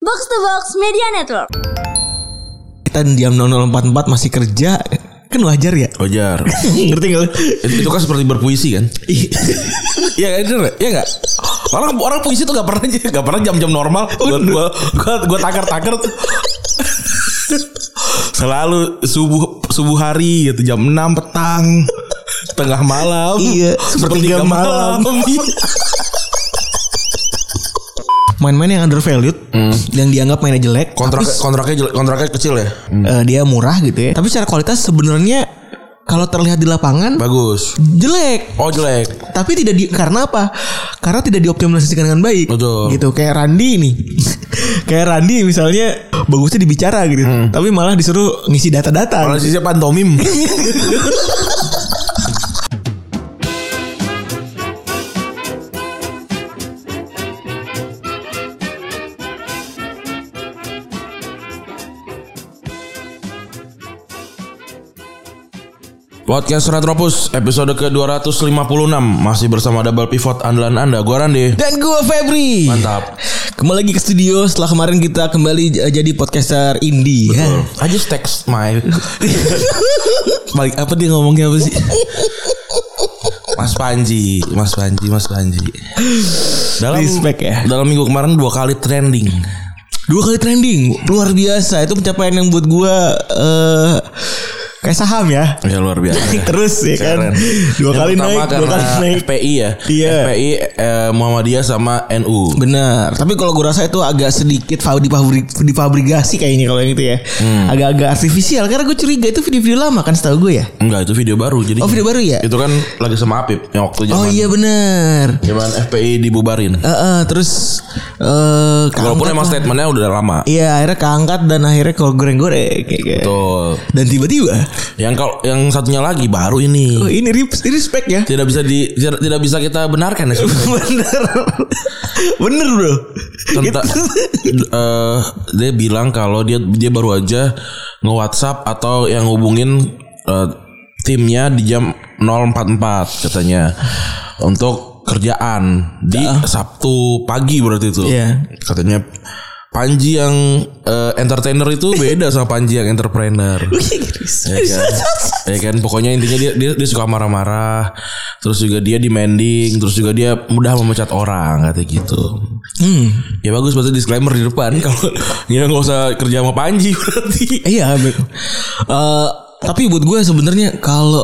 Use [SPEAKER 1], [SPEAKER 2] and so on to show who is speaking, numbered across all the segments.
[SPEAKER 1] Box to Box Media Network.
[SPEAKER 2] Kita diam 0044 masih kerja kan wajar ya.
[SPEAKER 3] Ojar.
[SPEAKER 2] Ngerti gak lu?
[SPEAKER 3] itu kan seperti berpuisi kan? Iya kan bener Iya gak? Orang orang puisi tuh gak pernah gak pernah jam-jam normal. Gua gua gua, gua takar-takar tuh. Selalu subuh subuh hari gitu jam 6 petang tengah malam
[SPEAKER 2] Iya, sepertiga
[SPEAKER 3] sepertiga malam,
[SPEAKER 2] Main-main yang undervalued yang dianggap mainnya jelek
[SPEAKER 3] Hmm. kontrak
[SPEAKER 2] tapi,
[SPEAKER 3] kontraknya jelek- kontraknya kecil ya
[SPEAKER 2] eh, dia murah gitu ya. Tapi secara kualitas sebenarnya kalau terlihat di lapangan
[SPEAKER 3] bagus
[SPEAKER 2] jelek.
[SPEAKER 3] oh jelek
[SPEAKER 2] Tapi tidak di karena apa? Karena tidak dioptimalisasikan dengan baik.
[SPEAKER 3] Betul.
[SPEAKER 2] Gitu kayak Randi nih. kayak Randi misalnya bagusnya dibicara gitu.
[SPEAKER 3] Hmm.
[SPEAKER 2] Tapi malah disuruh ngisi data-data.
[SPEAKER 3] kalau sisi pantomim Podcast Retropus episode ke-256 Masih bersama Double Pivot andalan Anda Gua Rande
[SPEAKER 2] Dan gue Febri.
[SPEAKER 3] Mantap
[SPEAKER 2] Kembali lagi ke studio setelah kemarin kita kembali j- jadi podcaster indie. ya.
[SPEAKER 3] Iya. I just text my Balik apa dia ngomongnya apa sih? Mas Panji, Mas Panji, Mas Panji. Dalam
[SPEAKER 2] Respect ya.
[SPEAKER 3] Dalam minggu kemarin dua kali trending.
[SPEAKER 2] Dua kali trending, luar biasa. Itu pencapaian yang buat gue eh kayak saham ya.
[SPEAKER 3] Ya luar biasa. ya.
[SPEAKER 2] Terus ya kan.
[SPEAKER 3] Keren.
[SPEAKER 2] Dua
[SPEAKER 3] Yang
[SPEAKER 2] kali
[SPEAKER 3] pertama
[SPEAKER 2] naik, dua
[SPEAKER 3] karena
[SPEAKER 2] kali naik.
[SPEAKER 3] FPI ya.
[SPEAKER 2] Iya.
[SPEAKER 3] FPI eh, Muhammadiyah sama NU.
[SPEAKER 2] Benar. Tapi kalau gue rasa itu agak sedikit fa- difabrik, difabrikasi kayaknya kalau yang itu ya.
[SPEAKER 3] Hmm.
[SPEAKER 2] Agak-agak artifisial karena gue curiga itu video-video lama kan setahu gue ya.
[SPEAKER 3] Enggak, itu video baru jadi.
[SPEAKER 2] Oh, video baru ya?
[SPEAKER 3] Itu kan lagi sama Apip yang waktu zaman
[SPEAKER 2] Oh iya benar.
[SPEAKER 3] zaman FPI dibubarin.
[SPEAKER 2] Eh, eh, terus eh keangkat
[SPEAKER 3] Walaupun emang
[SPEAKER 2] lah.
[SPEAKER 3] statementnya udah lama.
[SPEAKER 2] Iya akhirnya keangkat dan akhirnya kalau goreng-goreng kayak kayak.
[SPEAKER 3] Betul.
[SPEAKER 2] Dan tiba-tiba
[SPEAKER 3] Yang kalau yang satunya lagi baru ini.
[SPEAKER 2] oh, ini, rip- ini respect ya.
[SPEAKER 3] tidak bisa di tidak, tidak bisa kita benarkan ya sebenarnya.
[SPEAKER 2] Bener Bener bro
[SPEAKER 3] Tentang eh, dia bilang kalau dia dia baru aja nge WhatsApp atau yang hubungin eh, timnya di jam 044 katanya untuk kerjaan di Sabtu pagi berarti itu.
[SPEAKER 2] Iya.
[SPEAKER 3] Katanya Panji yang eh, entertainer itu beda sama Panji yang entrepreneur. Ya kan? Ya kan? pokoknya intinya dia dia, dia suka marah-marah, terus juga dia demanding, terus juga dia mudah memecat orang katanya gitu.
[SPEAKER 2] Hmm,
[SPEAKER 3] Ya bagus berarti disclaimer di depan kalau ya nggak usah kerja sama Panji berarti.
[SPEAKER 2] Iya bener. Eh, Tapi buat gue sebenarnya kalau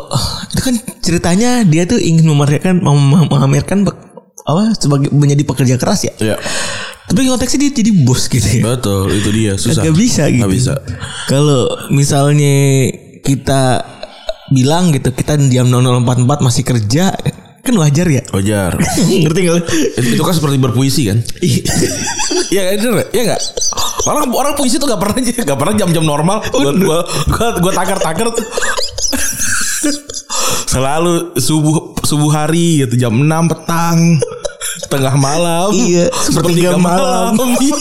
[SPEAKER 2] Itu kan ceritanya dia tuh ingin memamerkan mem- Memamerkan pe- apa sebagai menjadi pekerja keras ya.
[SPEAKER 3] Ya
[SPEAKER 2] Tapi konteksnya dia jadi bos gitu ya.
[SPEAKER 3] betul itu dia susah.
[SPEAKER 2] Gak bisa gitu.
[SPEAKER 3] Nggak bisa.
[SPEAKER 2] Kalau misalnya kita bilang gitu kita diam 0044 masih kerja kan wajar ya.
[SPEAKER 3] Ojar.
[SPEAKER 2] Ngerti gak lu?
[SPEAKER 3] Itu itu kan seperti berpuisi kan? Iya kan bener Iya gak? Orang orang puisi tuh gak pernah gak pernah jam-jam normal. Gua gua gua, gua takar-takar tuh. Selalu subuh subuh hari gitu jam 6 petang tengah malam
[SPEAKER 2] Iya, sepertiga
[SPEAKER 3] Iya.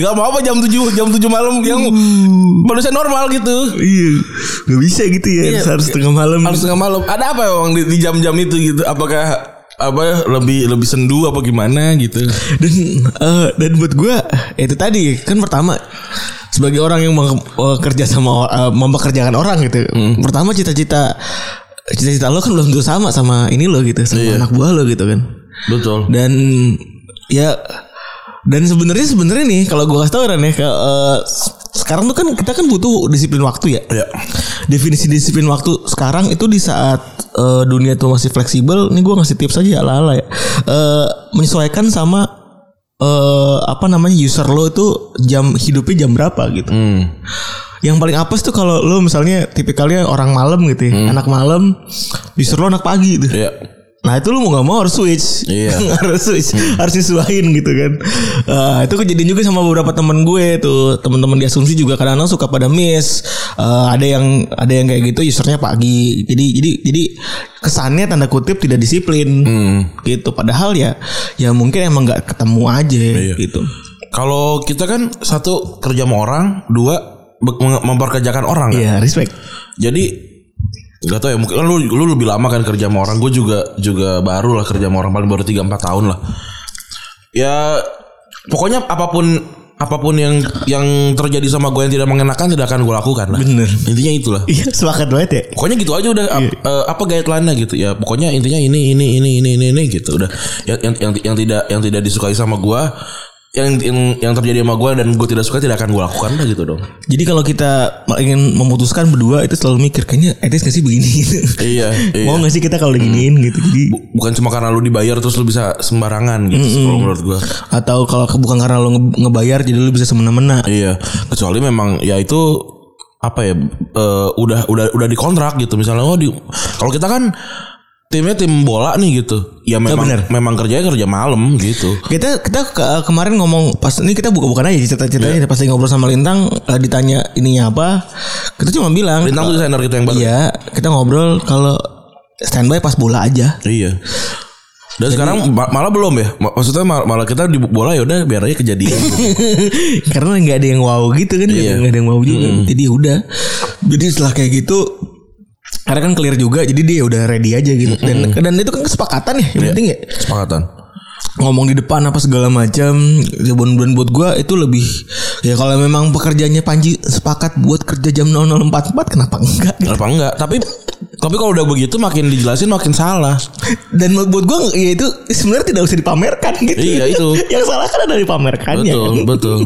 [SPEAKER 3] Gak mau apa jam 7 jam 7 malam yang manusia normal gitu
[SPEAKER 2] Iya, nggak bisa gitu ya.
[SPEAKER 3] Iya.
[SPEAKER 2] harus tengah malam.
[SPEAKER 3] harus tengah malam ada apa emang di di jam-jam itu gitu apakah apa ya, lebih lebih sendu apa gimana gitu
[SPEAKER 2] Dan eh, dan buat gue itu tadi kan pertama sebagai orang yang meng- eh, kerja sama or- eh, mempekerjakan orang gitu.
[SPEAKER 3] Hmm.
[SPEAKER 2] Pertama cita-cita cita-cita lo kan belum tentu sama sama ini lo gitu sama
[SPEAKER 3] Iya.
[SPEAKER 2] anak buah lo gitu kan.
[SPEAKER 3] betul
[SPEAKER 2] Dan ya dan sebenarnya sebenarnya nih kalau gue kasih tau Ran ya ke, eh, s- sekarang tuh kan kita kan butuh disiplin waktu ya.
[SPEAKER 3] ya
[SPEAKER 2] Definisi disiplin waktu sekarang itu di saat eh, dunia tuh masih fleksibel. Ini gue ngasih tips aja ala-ala ya. Eh, menyesuaikan sama eh apa namanya user lo itu jam hidupnya jam berapa gitu.
[SPEAKER 3] hmm.
[SPEAKER 2] Yang paling apes tuh kalau lo misalnya tipikalnya orang malam gitu, ya. anak malam, user lo anak pagi gitu.
[SPEAKER 3] ya
[SPEAKER 2] Nah itu lu mau gak mau harus switch
[SPEAKER 3] Iya. Hmm.
[SPEAKER 2] Harus switch Harus disuain gitu kan Eh, Itu kejadian juga sama beberapa temen gue tuh Temen-temen di asumsi juga kadang-kadang suka pada miss Eh, Ada yang ada yang kayak gitu usernya pagi Jadi jadi jadi kesannya tanda kutip tidak disiplin
[SPEAKER 3] Hmm.
[SPEAKER 2] Gitu padahal ya Ya mungkin emang gak ketemu aja
[SPEAKER 3] Iya.
[SPEAKER 2] gitu
[SPEAKER 3] kalau kita kan satu kerja sama orang dua be- meng- memperkerjakan orang kan?
[SPEAKER 2] Iya respect
[SPEAKER 3] jadi Gak tau ya mungkin kan lu, lu lebih lama kan kerja sama orang Gue juga juga baru lah kerja sama orang Paling baru 3-4 tahun lah ya pokoknya apapun apapun yang yang terjadi sama gue yang tidak mengenakan tidak akan gue lakukan lah.
[SPEAKER 2] Bener.
[SPEAKER 3] Intinya itulah.
[SPEAKER 2] Iya sepakat banget ya.
[SPEAKER 3] Pokoknya gitu aja udah ap- eh, apa guideline-nya gitu ya. Pokoknya intinya ini ini ini ini ini, ini gitu udah. Yang, yang yang yang tidak yang tidak disukai sama gue yang, yang yang terjadi sama gue dan gue tidak suka tidak akan gue lakukan lah gitu dong.
[SPEAKER 2] Jadi kalau kita ingin memutuskan berdua itu selalu mikir kayaknya etis gak sih begini gitu.
[SPEAKER 3] Iya. iya.
[SPEAKER 2] Mau gak sih kita kalau diginiin gitu. Jadi
[SPEAKER 3] Bukan cuma karena lu dibayar terus lu bisa sembarangan gitu kalau menurut gue.
[SPEAKER 2] atau kalau ke- bukan karena lo nge- ngebayar jadi lo bisa semena-mena.
[SPEAKER 3] Iya, kecuali memang ya itu apa ya eh, udah udah udah dikontrak gitu misalnya oh di kalau kita kan timnya tim bola nih gitu. Ya memang
[SPEAKER 2] bener.
[SPEAKER 3] memang kerjanya kerja malam gitu.
[SPEAKER 2] Kita kita ke- kemarin ngomong pas ini kita buka-bukan aja cerita-ceritanya pas lagi ngobrol sama Lintang eh, ditanya ininya apa. Kita cuma bilang
[SPEAKER 3] Bintang tuh desainer kita yang baru.
[SPEAKER 2] Iya, kita ngobrol kalau standby pas bola aja.
[SPEAKER 3] Iya. Dan sekarang ma- malah belum ya. Ma- Maksudnya mal- malah kita di bola ya udah biar aja kejadian. gitu.
[SPEAKER 2] Karena nggak ada yang wow gitu kan, nggak ada yang wow juga. Jadi ya udah. Jadi setelah kayak gitu karena kan clear juga, jadi dia udah ready aja gitu. Dan dan itu kan kesepakatan ya, yang penting ya.
[SPEAKER 3] Sepakatan.
[SPEAKER 2] Ngomong di depan apa segala macam, ya bulan-bulan buat gua itu lebih ya kalau memang pekerjaannya Panji sepakat buat kerja jam 00.44 kenapa enggak?
[SPEAKER 3] Kenapa enggak? Tapi tapi kalau udah begitu makin dijelasin makin salah.
[SPEAKER 2] Dan buat gua ya itu sebenarnya tidak usah dipamerkan gitu.
[SPEAKER 3] Iya, itu.
[SPEAKER 2] yang salah kan ada dipamerkannya.
[SPEAKER 3] Betul,
[SPEAKER 2] kan?
[SPEAKER 3] betul.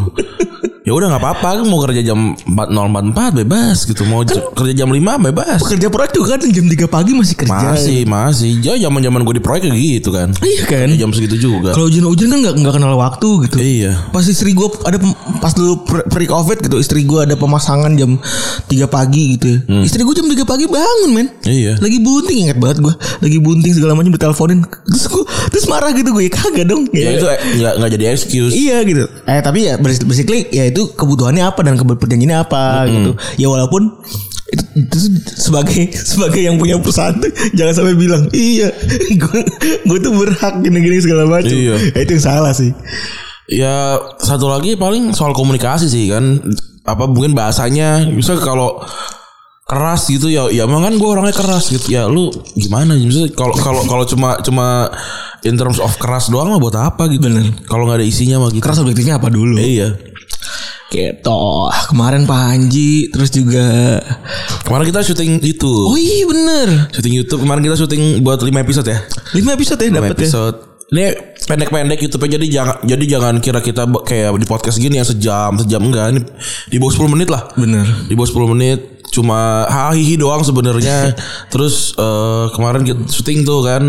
[SPEAKER 3] Ya udah nggak apa-apa, mau kerja jam 4.044 bebas gitu. Mau j- kerja jam 5 bebas.
[SPEAKER 2] Pekerja proyek juga kan jam 3 pagi masih kerja.
[SPEAKER 3] Masih, masih. Ya zaman-zaman gue di proyek kayak gitu kan.
[SPEAKER 2] Iya kan?
[SPEAKER 3] Ya, jam segitu juga.
[SPEAKER 2] Kalau hujan-hujan kan nggak nggak kenal waktu gitu.
[SPEAKER 3] Iya.
[SPEAKER 2] Pas istri gue ada pem- pas dulu pre- pre-covid gitu, istri gue ada pemasangan jam 3 pagi gitu. ya.
[SPEAKER 3] Hmm.
[SPEAKER 2] Istri gue jam 3 pagi bangun men.
[SPEAKER 3] Iya.
[SPEAKER 2] Lagi bunting ingat banget gue. Lagi bunting segala macam diteleponin. Terus gua- terus marah gitu gue ya kagak dong.
[SPEAKER 3] Ya
[SPEAKER 2] Ya,
[SPEAKER 3] itu eh, nggak nggak jadi excuse.
[SPEAKER 2] Iya gitu. Eh tapi ya bas- basically ya itu kebutuhannya apa dan kebe- perjanjiannya apa gitu. Ya walaupun itu, itu sebagai sebagai yang punya perusahaan tuh, jangan sampai bilang iya gue gue tuh berhak gini-gini segala macam.
[SPEAKER 3] Iya.
[SPEAKER 2] Ya, itu yang salah sih.
[SPEAKER 3] Ya satu lagi paling soal komunikasi sih kan. Apa mungkin bahasanya bisa kalau keras gitu ya ya emang kan gue orangnya keras gitu ya lu gimana Maksudnya kalau kalau kalau cuma cuma in terms of keras doang mah buat apa gitu kalau nggak ada isinya mah gitu
[SPEAKER 2] Keras objektifnya apa dulu?
[SPEAKER 3] iya
[SPEAKER 2] Gitu. Kemarin Pak Anji terus juga
[SPEAKER 3] Kemarin kita syuting itu.
[SPEAKER 2] Oh iya bener
[SPEAKER 3] Syuting YouTube kemarin kita syuting buat 5 episode ya.
[SPEAKER 2] 5 episode ya
[SPEAKER 3] 5
[SPEAKER 2] dapat ya.
[SPEAKER 3] episode. Ini pendek-pendek YouTube jadi jangan jadi jangan kira kita be- kayak di podcast gini yang sejam, sejam enggak. Ini di bawah 10 menit lah.
[SPEAKER 2] Bener.
[SPEAKER 3] Di bawah 10 menit cuma hahihi doang sebenarnya. Terus eh, kemarin kita syuting tuh kan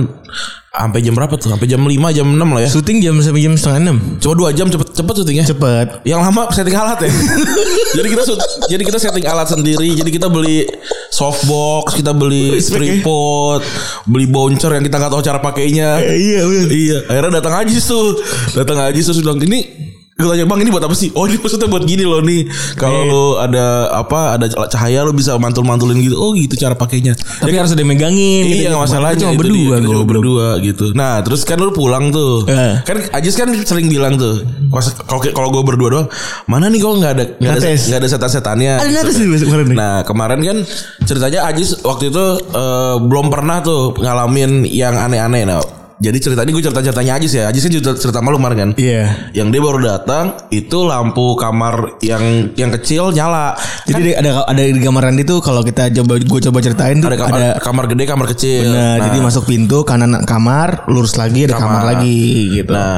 [SPEAKER 3] sampai jam berapa tuh? Sampai jam 5, jam 6 lah ya.
[SPEAKER 2] Syuting jam sampai jam setengah 6.
[SPEAKER 3] Cuma 2 jam cepet cepet syutingnya.
[SPEAKER 2] Cepet.
[SPEAKER 3] Yang lama setting alat ya. jadi kita sut- jadi kita setting alat sendiri. Jadi kita beli softbox, kita beli
[SPEAKER 2] Respect, ya.
[SPEAKER 3] tripod, beli bouncer yang kita nggak tahu cara pakainya.
[SPEAKER 2] iya bener.
[SPEAKER 3] iya, akhirnya datang aja tuh. Datang aja terus bilang ini Gue tanya bang ini buat apa sih? Oh ini maksudnya buat gini loh nih Kalau
[SPEAKER 2] Iya.
[SPEAKER 3] lo ada apa Ada cahaya lo bisa mantul-mantulin gitu Oh gitu cara pakainya
[SPEAKER 2] Tapi harus ada yang megangin gitu.
[SPEAKER 3] Iya nggak masalahnya
[SPEAKER 2] Cuma
[SPEAKER 3] itu
[SPEAKER 2] berdua
[SPEAKER 3] dia, cuma
[SPEAKER 2] goblok.
[SPEAKER 3] berdua gitu. Nah terus kan lu pulang tuh,
[SPEAKER 2] Eh.
[SPEAKER 3] kan Ajis kan sering bilang tuh, pas kalau kalau gue berdua doang, mana nih kalau nggak ada nggak ada
[SPEAKER 2] Nates.
[SPEAKER 3] nggak ada setan-setannya.
[SPEAKER 2] Ada
[SPEAKER 3] gitu
[SPEAKER 2] nates
[SPEAKER 3] kan.
[SPEAKER 2] nih besok kemarin nih.
[SPEAKER 3] Nah kemarin kan ceritanya Ajis waktu itu eh, belum pernah tuh ngalamin yang aneh-aneh. Nah jadi ceritanya gue cerita ceritanya Ajis ya, Ajis kan cerita cerita malu kemarin kan.
[SPEAKER 2] Iya.
[SPEAKER 3] Yang dia baru datang itu lampu kamar yang yang kecil nyala.
[SPEAKER 2] Jadi di- ada ada di kamar Randi tuh kalau kita coba gue coba ceritain tuh
[SPEAKER 3] Kan- Ada
[SPEAKER 2] ada,
[SPEAKER 3] kamar, kamar gede, kamar kecil.
[SPEAKER 2] nah,
[SPEAKER 3] Nah,
[SPEAKER 2] jadi masuk pintu kanan kamar lurus lagi ada kamar,
[SPEAKER 3] Kamar.
[SPEAKER 2] lagi gitu.
[SPEAKER 3] Nah,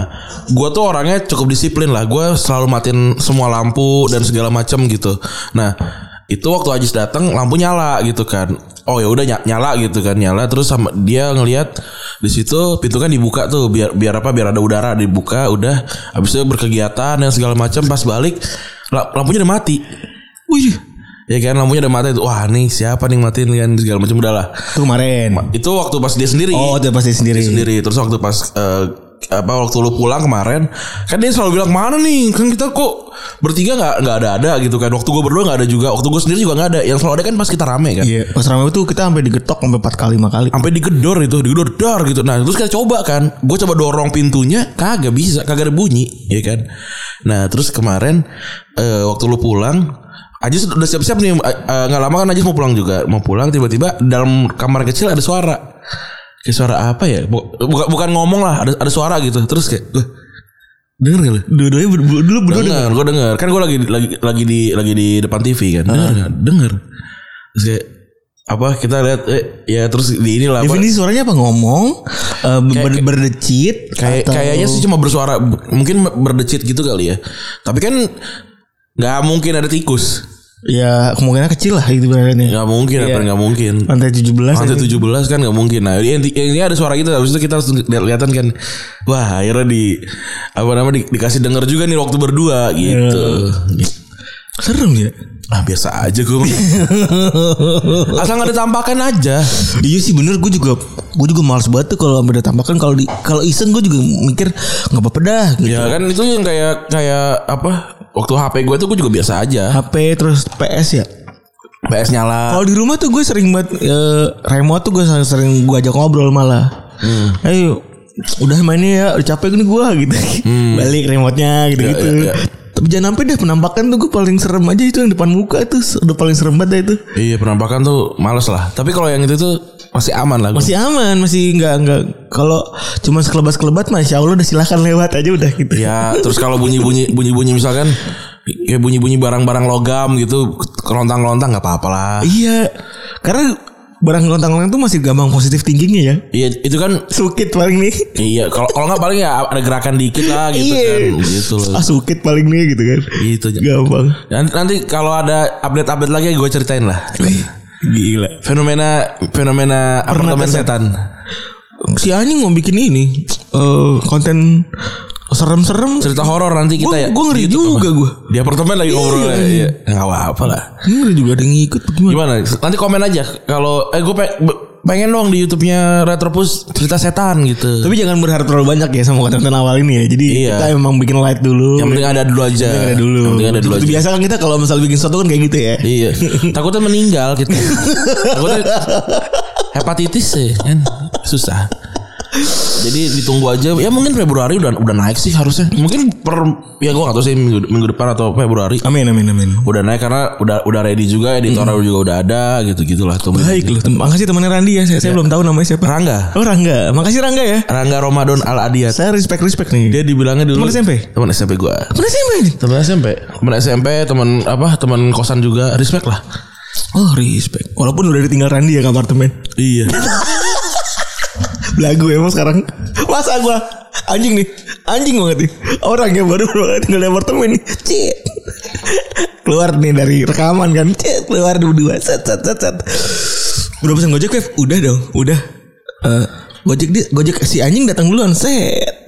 [SPEAKER 3] gue tuh orangnya cukup disiplin lah. Gue selalu matiin semua lampu dan segala macam gitu. Nah, itu waktu Ajis datang lampu nyala gitu kan. Oh ya udah ny- nyala gitu kan nyala terus sama dia ngelihat di situ pintu kan dibuka tuh biar biar apa biar ada udara dibuka udah habis itu berkegiatan dan segala macam pas balik la- lampunya udah mati.
[SPEAKER 2] Wih,
[SPEAKER 3] Ya kan lampunya udah mati Wah nih siapa nih yang matiin kan segala macam udahlah.
[SPEAKER 2] itu kemarin.
[SPEAKER 3] Itu waktu pas dia sendiri
[SPEAKER 2] Oh, dia pasti sendiri.
[SPEAKER 3] sendiri. Terus waktu pas eh, apa waktu lu pulang kemarin kan dia selalu bilang mana nih kan kita kok bertiga nggak nggak ada ada gitu kan waktu gue berdua nggak ada juga waktu gue sendiri juga nggak ada yang selalu ada kan pas kita rame kan
[SPEAKER 2] Iya, pas rame itu kita sampai digetok sampai 4 kali 5 kali.
[SPEAKER 3] sampai digedor itu digedor dar gitu nah terus kita coba kan gue coba dorong pintunya kagak bisa kagak ada bunyi ya kan nah terus kemarin eh, waktu lu pulang Ajis udah siap-siap nih eh, eh, nggak lama kan Ajis mau pulang juga mau pulang tiba-tiba dalam kamar kecil ada suara kayak suara apa ya Bu- bukan bukan ngomong lah ada ada suara gitu terus kayak "Wah, Dengar gak lu?
[SPEAKER 2] Dua-duanya ber- ber- dulu berdua
[SPEAKER 3] Dengar, gue dengar. Kan gue lagi lagi lagi di lagi di depan TV kan. Dengar nggak? Dengar. Terus kayak apa kita lihat eh, ya terus di inilah apa,
[SPEAKER 2] Definisi suaranya apa ngomong eh, ber- berdecit
[SPEAKER 3] Kayak
[SPEAKER 2] atau-
[SPEAKER 3] kayaknya sih cuma bersuara b- mungkin berdecit gitu kali ya. Tapi kan nggak mungkin ada tikus.
[SPEAKER 2] ya kemungkinan kecil lah itu berarti.
[SPEAKER 3] Nggak mungkin, apa nggak mungkin.
[SPEAKER 2] Lantai ya. 17
[SPEAKER 3] Ya. Lantai 17 kan nggak mungkin. Nah, ini, ini- ini ada suara gitu. Habis itu kita langsung lihat lihatan kan. Wah, akhirnya di apa namanya di- dikasih denger juga nih waktu berdua
[SPEAKER 2] Iya.
[SPEAKER 3] gitu.
[SPEAKER 2] serem ya.
[SPEAKER 3] Ah, biasa aja gue. Asal nggak ada tampakan aja.
[SPEAKER 2] Iya sih bener gue juga gue juga males banget tuh kalau ada tambahkan kalau di kalau iseng gue juga mikir nggak apa-apa dah gitu.
[SPEAKER 3] Ya kan itu yang kayak kayak apa? Waktu HP gue tuh gue juga biasa aja.
[SPEAKER 2] HP terus PS ya.
[SPEAKER 3] PS nyala.
[SPEAKER 2] Kalau di rumah tuh gue sering banget eh, remote tuh gue sering, sering gue ajak ngobrol malah. Ayo udah mainnya ya udah capek nih gue gitu. Balik remote-nya gitu-gitu.
[SPEAKER 3] ya, ya.
[SPEAKER 2] Tapi jangan sampai deh penampakan tuh gue paling serem aja itu yang depan muka itu udah paling serem banget dah itu.
[SPEAKER 3] Iya penampakan tuh males lah. Tapi kalau yang itu tuh masih aman lah. gua.
[SPEAKER 2] Masih aman, masih nggak nggak kalau cuma sekelebat-kelebat masya Allah udah silahkan lewat aja udah gitu.
[SPEAKER 3] Ya terus kalau bunyi bunyi bunyi bunyi misalkan ya bunyi bunyi barang-barang logam gitu kerontang-kerontang nggak apa-apa lah.
[SPEAKER 2] Iya, karena barang lontang-lontang tuh masih gampang positif tingginya ya.
[SPEAKER 3] Iya itu kan
[SPEAKER 2] Sukit paling nih.
[SPEAKER 3] iya kalau kalau nggak paling ya ada gerakan dikit lah gitu
[SPEAKER 2] Iya.
[SPEAKER 3] kan gitu loh.
[SPEAKER 2] Ah sukit paling nih gitu kan.
[SPEAKER 3] Gitu.
[SPEAKER 2] Gampang.
[SPEAKER 3] Dan nanti kalau ada update-update lagi gue ceritain lah.
[SPEAKER 2] Gila.
[SPEAKER 3] Fenomena fenomena apartemen
[SPEAKER 2] kesan.
[SPEAKER 3] setan.
[SPEAKER 2] Si anjing mau bikin ini eh, konten serem-serem.
[SPEAKER 3] Cerita horor nanti kita
[SPEAKER 2] Gua-
[SPEAKER 3] ya.
[SPEAKER 2] gua ngeri
[SPEAKER 3] Di YouTube.
[SPEAKER 2] juga gua.
[SPEAKER 3] Di apartemen lagi ngobrol ya. Iya. Enggak apa-apa lah.
[SPEAKER 2] Ini juga ada yang ngikut gimana?
[SPEAKER 3] Gimana? Nanti komen aja kalau eh gue pengen dong di YouTube-nya Retropus cerita setan gitu.
[SPEAKER 2] Tapi jangan berharap terlalu banyak ya sama konten awal ini ya. Jadi
[SPEAKER 3] Iya.
[SPEAKER 2] kita emang bikin light dulu.
[SPEAKER 3] Yang penting ada dulu aja.
[SPEAKER 2] Yang ada dulu.
[SPEAKER 3] Yang penting ada dulu
[SPEAKER 2] Seperti
[SPEAKER 3] aja.
[SPEAKER 2] biasa kan kita kalau misal bikin sesuatu kan kayak gitu ya.
[SPEAKER 3] Iya. Takutnya meninggal gitu. Takutnya hepatitis sih kan susah. Jadi ditunggu aja. Ya mungkin Februari udah udah naik sih harusnya. Mungkin per ya gua gak tahu sih minggu, minggu depan atau Februari
[SPEAKER 2] Amin amin amin.
[SPEAKER 3] udah naik karena udah udah ready juga editornya juga udah ada gitu gitulah tuh.
[SPEAKER 2] Mm-hmm. Baik loh. Tem- Makasih temannya Randi ya. Saya, saya belum tahu namanya siapa.
[SPEAKER 3] Rangga.
[SPEAKER 2] Oh Rangga. Makasih Rangga ya.
[SPEAKER 3] Rangga Ramadan Al Adiat.
[SPEAKER 2] Saya respect respect nih.
[SPEAKER 3] Dia dibilangnya dulu
[SPEAKER 2] Teman SMP?
[SPEAKER 3] Teman SMP gua.
[SPEAKER 2] Mana sih main?
[SPEAKER 3] Teman SMP. Teman SMP, teman apa? Teman kosan juga. Respect lah.
[SPEAKER 2] Oh respect. Walaupun udah ditinggal Randi ya ke apartemen.
[SPEAKER 3] Iya.
[SPEAKER 2] Lagu emang ya, sekarang. Masa gua anjing nih. Anjing banget nih. Orang yang baru tinggal di apartemen nih. Cik. Keluar nih dari rekaman kan. Cik. Keluar berdua. Set set set set. Udah pesan Gojek, Kev? Udah dong. Udah. Eh, Gojek dia, Gojek si anjing datang duluan. Set.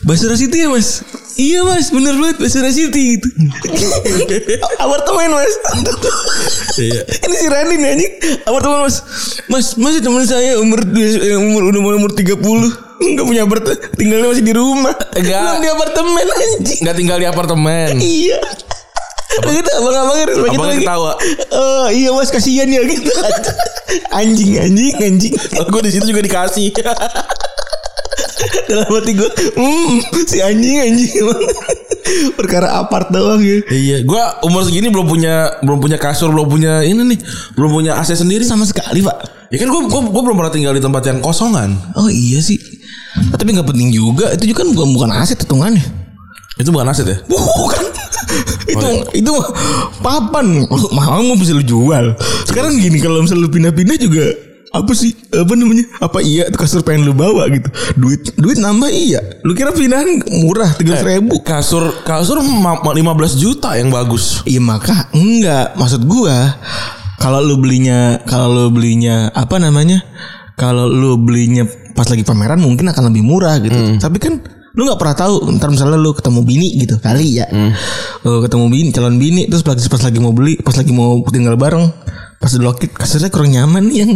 [SPEAKER 2] Basura City ya mas Iya mas bener banget Basura City gitu. Apartemen mas
[SPEAKER 3] Iya.
[SPEAKER 2] Ini si Randy nih anjing Apartemen mas Mas Mas teman saya umur eh, umur udah mau umur 30 Enggak punya apartemen Tinggalnya masih di rumah
[SPEAKER 3] Enggak.
[SPEAKER 2] Belum di apartemen anjing
[SPEAKER 3] Nggak tinggal di apartemen.
[SPEAKER 2] Iya Udah gitu abang-abangnya respect gitu
[SPEAKER 3] Abangnya
[SPEAKER 2] lagi
[SPEAKER 3] ketawa.
[SPEAKER 2] Eh, Iya mas kasihan ya gitu Anjing anjing anjing
[SPEAKER 3] gue di situ juga dikasih.
[SPEAKER 2] Dalam hati gue Hmm si anjing anjing emang Perkara apart doang ya
[SPEAKER 3] iya, gue umur segini belum punya belum punya kasur, belum punya ini nih, belum punya AC sendiri.
[SPEAKER 2] sama sekali pak
[SPEAKER 3] Ya kan gue gua, gua belum pernah tinggal di tempat yang kosongan.
[SPEAKER 2] oh iya sih Ah, tapi nggak penting juga itu juga kan bukan bukan aset hitungannya
[SPEAKER 3] Itu bukan aset ya?
[SPEAKER 2] bukan itu itu mah papan Lu mau mau bisa lu jual sekarang gini kalau misalnya lu pindah-pindah juga apa sih apa namanya apa iya kasur pengen lu bawa gitu duit duit nambah iya lu kira pindahan murah tiga
[SPEAKER 3] Eh,
[SPEAKER 2] ribu
[SPEAKER 3] Kasur kasur ma- ma- 15 juta yang bagus.
[SPEAKER 2] Iya maka enggak maksud gua kalau lu belinya kalau lu belinya apa namanya kalau lu belinya pas lagi pameran mungkin akan lebih murah gitu tapi kan lu nggak pernah tahu ntar misalnya lu ketemu bini gitu kali ya Lu ketemu bini calon bini terus pas, pas lagi mau beli pas lagi mau tinggal bareng pas dilokit kasirnya kurang nyaman nih yang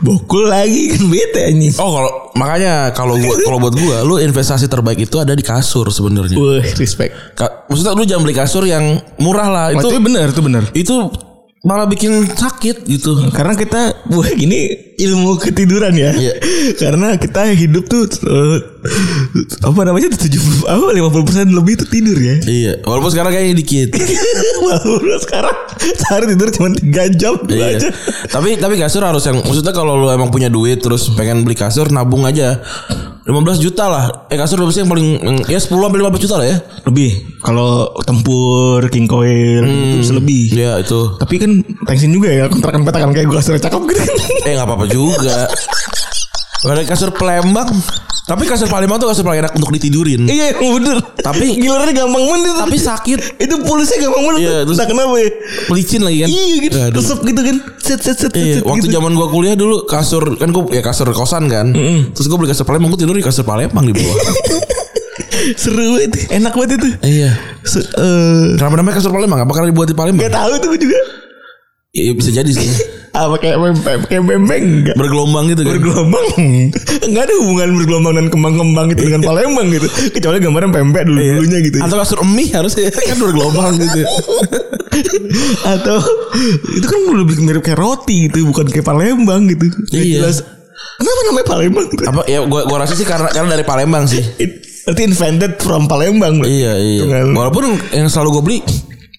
[SPEAKER 2] bokul lagi kan bete anjing
[SPEAKER 3] Oh kalau makanya kalau gua kalau buat gua lu investasi terbaik itu ada di kasur sebenarnya.
[SPEAKER 2] Wah, respect.
[SPEAKER 3] Ka- Maksudnya lu jangan beli kasur yang murah lah
[SPEAKER 2] Oh, Itu,
[SPEAKER 3] itu
[SPEAKER 2] benar, itu benar.
[SPEAKER 3] itu malah bikin sakit gitu.
[SPEAKER 2] Karena kita wah gini ilmu ketiduran ya.
[SPEAKER 3] Iya.
[SPEAKER 2] Karena kita hidup tuh eh, apa namanya tuh 70 apa 50% lebih itu tidur ya.
[SPEAKER 3] Iya, walaupun sekarang kayaknya dikit.
[SPEAKER 2] Walaupun sekarang sehari tidur cuma 3 jam dua
[SPEAKER 3] Iya.
[SPEAKER 2] aja.
[SPEAKER 3] Tapi tapi kasur harus yang maksudnya kalau lu emang punya duit terus pengen beli kasur nabung aja. 15 juta lah. Eh kasur berapa sih yang paling yang- ya 10 sampai 15 juta lah ya.
[SPEAKER 2] Lebih kalau tempur King Coil itu bisa lebih.
[SPEAKER 3] Iya itu.
[SPEAKER 2] Hmm. Tapi kan tensin juga ya kontrakan petakan kayak gua kasur cakep gitu.
[SPEAKER 3] Eh nggak apa-apa juga. Ada kasur Palembang. Tapi kasur Palembang tuh kasur paling enak untuk ditidurin.
[SPEAKER 2] iya bener.
[SPEAKER 3] Tapi-
[SPEAKER 2] gilernya gampang banget itu.
[SPEAKER 3] Tapi sakit.
[SPEAKER 2] itu pulsnya gampang banget.
[SPEAKER 3] Iya,
[SPEAKER 2] Iya,
[SPEAKER 3] terus-
[SPEAKER 2] kenapa ya?
[SPEAKER 3] Pelicin lagi kan.
[SPEAKER 2] Iya gitu,
[SPEAKER 3] Aduh.
[SPEAKER 2] resep gitu kan. Set set set set.
[SPEAKER 3] Iya,
[SPEAKER 2] set
[SPEAKER 3] waktu
[SPEAKER 2] gitu.
[SPEAKER 3] zaman gua kuliah dulu kasur kan gua ya kasur kosan kan. Terus gua beli kasur Palembang, gua tidur di kasur Palembang di bawah.
[SPEAKER 2] seru banget, enak banget itu.
[SPEAKER 3] iya.
[SPEAKER 2] Se eh,
[SPEAKER 3] Kenapa namanya kasur Palembang? Apa karena dibuat di Palembang?
[SPEAKER 2] Gak tahu tuh gue juga.
[SPEAKER 3] Iya bisa jadi sih.
[SPEAKER 2] Apa kayak mempeng, kayak mempeng enggak?
[SPEAKER 3] Bergelombang gitu kan.
[SPEAKER 2] Bergelombang Enggak ada hubungan bergelombang dan kembang-kembang itu dengan Palembang gitu Kecuali gambaran pempek dulu-dulunya gitu
[SPEAKER 3] Iya. Atau kasur emi harusnya kan bergelombang gitu.
[SPEAKER 2] Atau Itu kan lebih mirip kayak roti gitu Bukan kayak Palembang gitu Ya
[SPEAKER 3] Iya.
[SPEAKER 2] Kenapa namanya Palembang?
[SPEAKER 3] Apa ya gua gua rasa sih karena karena dari Palembang sih.
[SPEAKER 2] It- Berarti invented from Palembang bro.
[SPEAKER 3] Iya iya.
[SPEAKER 2] Itu kan.
[SPEAKER 3] Walaupun yang selalu gue beli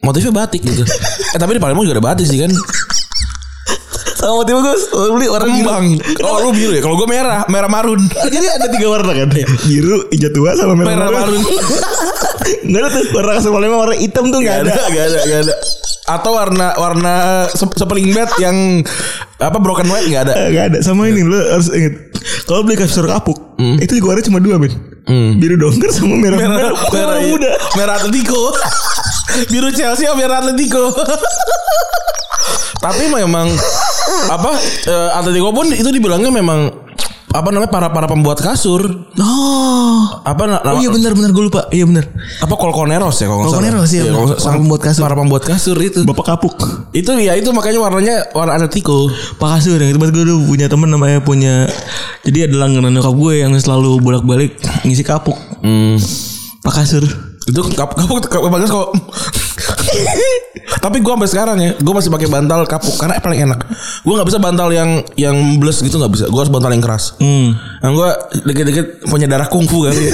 [SPEAKER 3] motifnya batik gitu. eh tapi di Palembang juga ada batik sih kan.
[SPEAKER 2] Sama tiba gue selalu beli warna
[SPEAKER 3] Kembang. Kalau lu biru ya. Kalau gue merah merah marun.
[SPEAKER 2] biru. Jadi ada tiga warna kan Biru, hijau tua sama merah
[SPEAKER 3] Iya. Merah marun.
[SPEAKER 2] marun Enggak ada tuh warna kasih Palembang warna hitam tuh
[SPEAKER 3] Gak
[SPEAKER 2] enggak
[SPEAKER 3] ada
[SPEAKER 2] ada
[SPEAKER 3] gak ada gak ada. Atau warna warna se- spring bed yang apa broken white gak ada.
[SPEAKER 2] Eh, Gak ada sama ini lo harus inget kalau beli kasur kapuk itu juga warnanya cuma dua men biru dongker sama Hmm. merah merah, merah,
[SPEAKER 3] iya.
[SPEAKER 2] muda
[SPEAKER 3] merah Atletico. Biru Chelsea sama merah Atletico. Tapi memang apa eh, Atletico pun itu dibilangnya memang apa namanya para para pembuat kasur
[SPEAKER 2] oh
[SPEAKER 3] apa na- nama,
[SPEAKER 2] oh iya benar benar gue lupa iya benar
[SPEAKER 3] apa kolkoneros ya kalau nggak salah.
[SPEAKER 2] Kolkoneros, iya,
[SPEAKER 3] Iya,
[SPEAKER 2] benar.
[SPEAKER 3] kalau nggak salah.
[SPEAKER 2] Para pembuat kasur.
[SPEAKER 3] Para pembuat kasur itu.
[SPEAKER 2] bapak kapuk
[SPEAKER 3] Itu ya itu makanya warnanya warna Atletico.
[SPEAKER 2] Pak Kasur ya. yang tempat gue dulu punya temen namanya punya Jadi ada langganan nyokap gue yang selalu bolak-balik ngisi kapuk Hmm. Pak Kasur
[SPEAKER 3] Itu kap, kapuk kapuk bagus kok. Tapi gua sampai sekarang ya, gua masih pakai bantal kapuk karena eh, paling enak. Gua nggak bisa bantal yang yang bles gitu nggak bisa. Gua harus bantal yang keras.
[SPEAKER 2] hmm.
[SPEAKER 3] Yang gue dikit-dikit punya darah kungfu kali ya.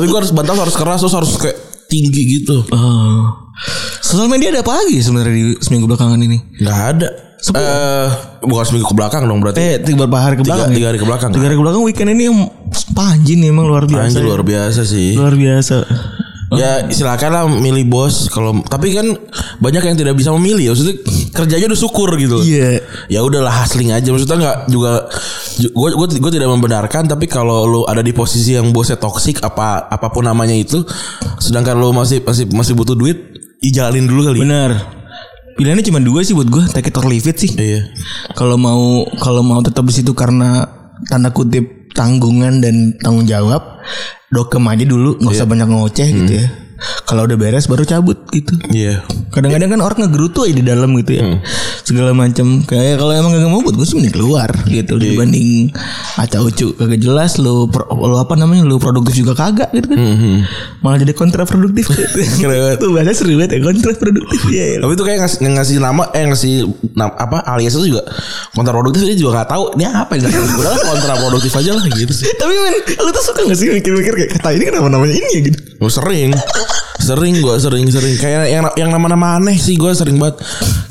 [SPEAKER 3] Tapi gue harus bantal harus keras terus harus kayak tinggi gitu.
[SPEAKER 2] Oh. Sosial media ada apa lagi sebenarnya di seminggu belakangan ini?
[SPEAKER 3] Nggak ada. Eh bukan seminggu ke belakang dong berarti.
[SPEAKER 2] Eh, tiga berapa hari ke
[SPEAKER 3] tiga,
[SPEAKER 2] belakang?
[SPEAKER 3] tiga hari ke belakang.
[SPEAKER 2] Tiga hari ke belakang weekend ini yang panjin emang luar biasa.
[SPEAKER 3] Anjir luar biasa sih.
[SPEAKER 2] Luar biasa.
[SPEAKER 3] Ya silakan lah milih bos kalau tapi kan banyak yang tidak bisa memilih maksudnya kerjanya udah syukur gitu.
[SPEAKER 2] Iya.
[SPEAKER 3] Ya udahlah hustling aja maksudnya nggak juga gue gue gue tidak membenarkan tapi kalau lu ada di posisi yang bosnya toksik apa apapun namanya itu sedangkan lu masih masih masih butuh duit ijalin dulu kali.
[SPEAKER 2] Benar. Pilihannya cuma dua sih buat gue, take it or leave it sih.
[SPEAKER 3] Iya.
[SPEAKER 2] Kalau mau kalau mau tetap di situ karena tanda kutip tanggungan dan tanggung jawab, dokem aja dulu,
[SPEAKER 3] Iya.
[SPEAKER 2] nggak usah banyak ngoceh gitu
[SPEAKER 3] Hmm.
[SPEAKER 2] ya. Kalau udah beres baru cabut gitu.
[SPEAKER 3] Iya.
[SPEAKER 2] Kadang-kadang kan orang ngegerutu aja di dalam gitu ya. Segala macam. Kayak kalau emang gak mau buat gue sih mending keluar gitu dibanding acak ucu kagak jelas lu pro- lu apa namanya lu produktif juga kagak gitu
[SPEAKER 3] Hmm.
[SPEAKER 2] kan.
[SPEAKER 3] Mhm.
[SPEAKER 2] Malah jadi kontraproduktif.
[SPEAKER 3] banget.
[SPEAKER 2] Itu bahasa seru banget ya kontraproduktif. Iya. iya.
[SPEAKER 3] Tapi itu kayak ngasih, ngasih nama eh ngasih nam- apa alias itu juga kontraproduktif dia juga nggak tahu dia apa yang ngasih Udah lah, kontraproduktif aja lah gitu sih.
[SPEAKER 2] Tapi men, lu tuh suka gak sih mikir-mikir kayak kata ini kenapa namanya ini ya gitu.
[SPEAKER 3] Gue sering Sering gue sering-sering Kayak yang yang nama-nama aneh sih gue sering banget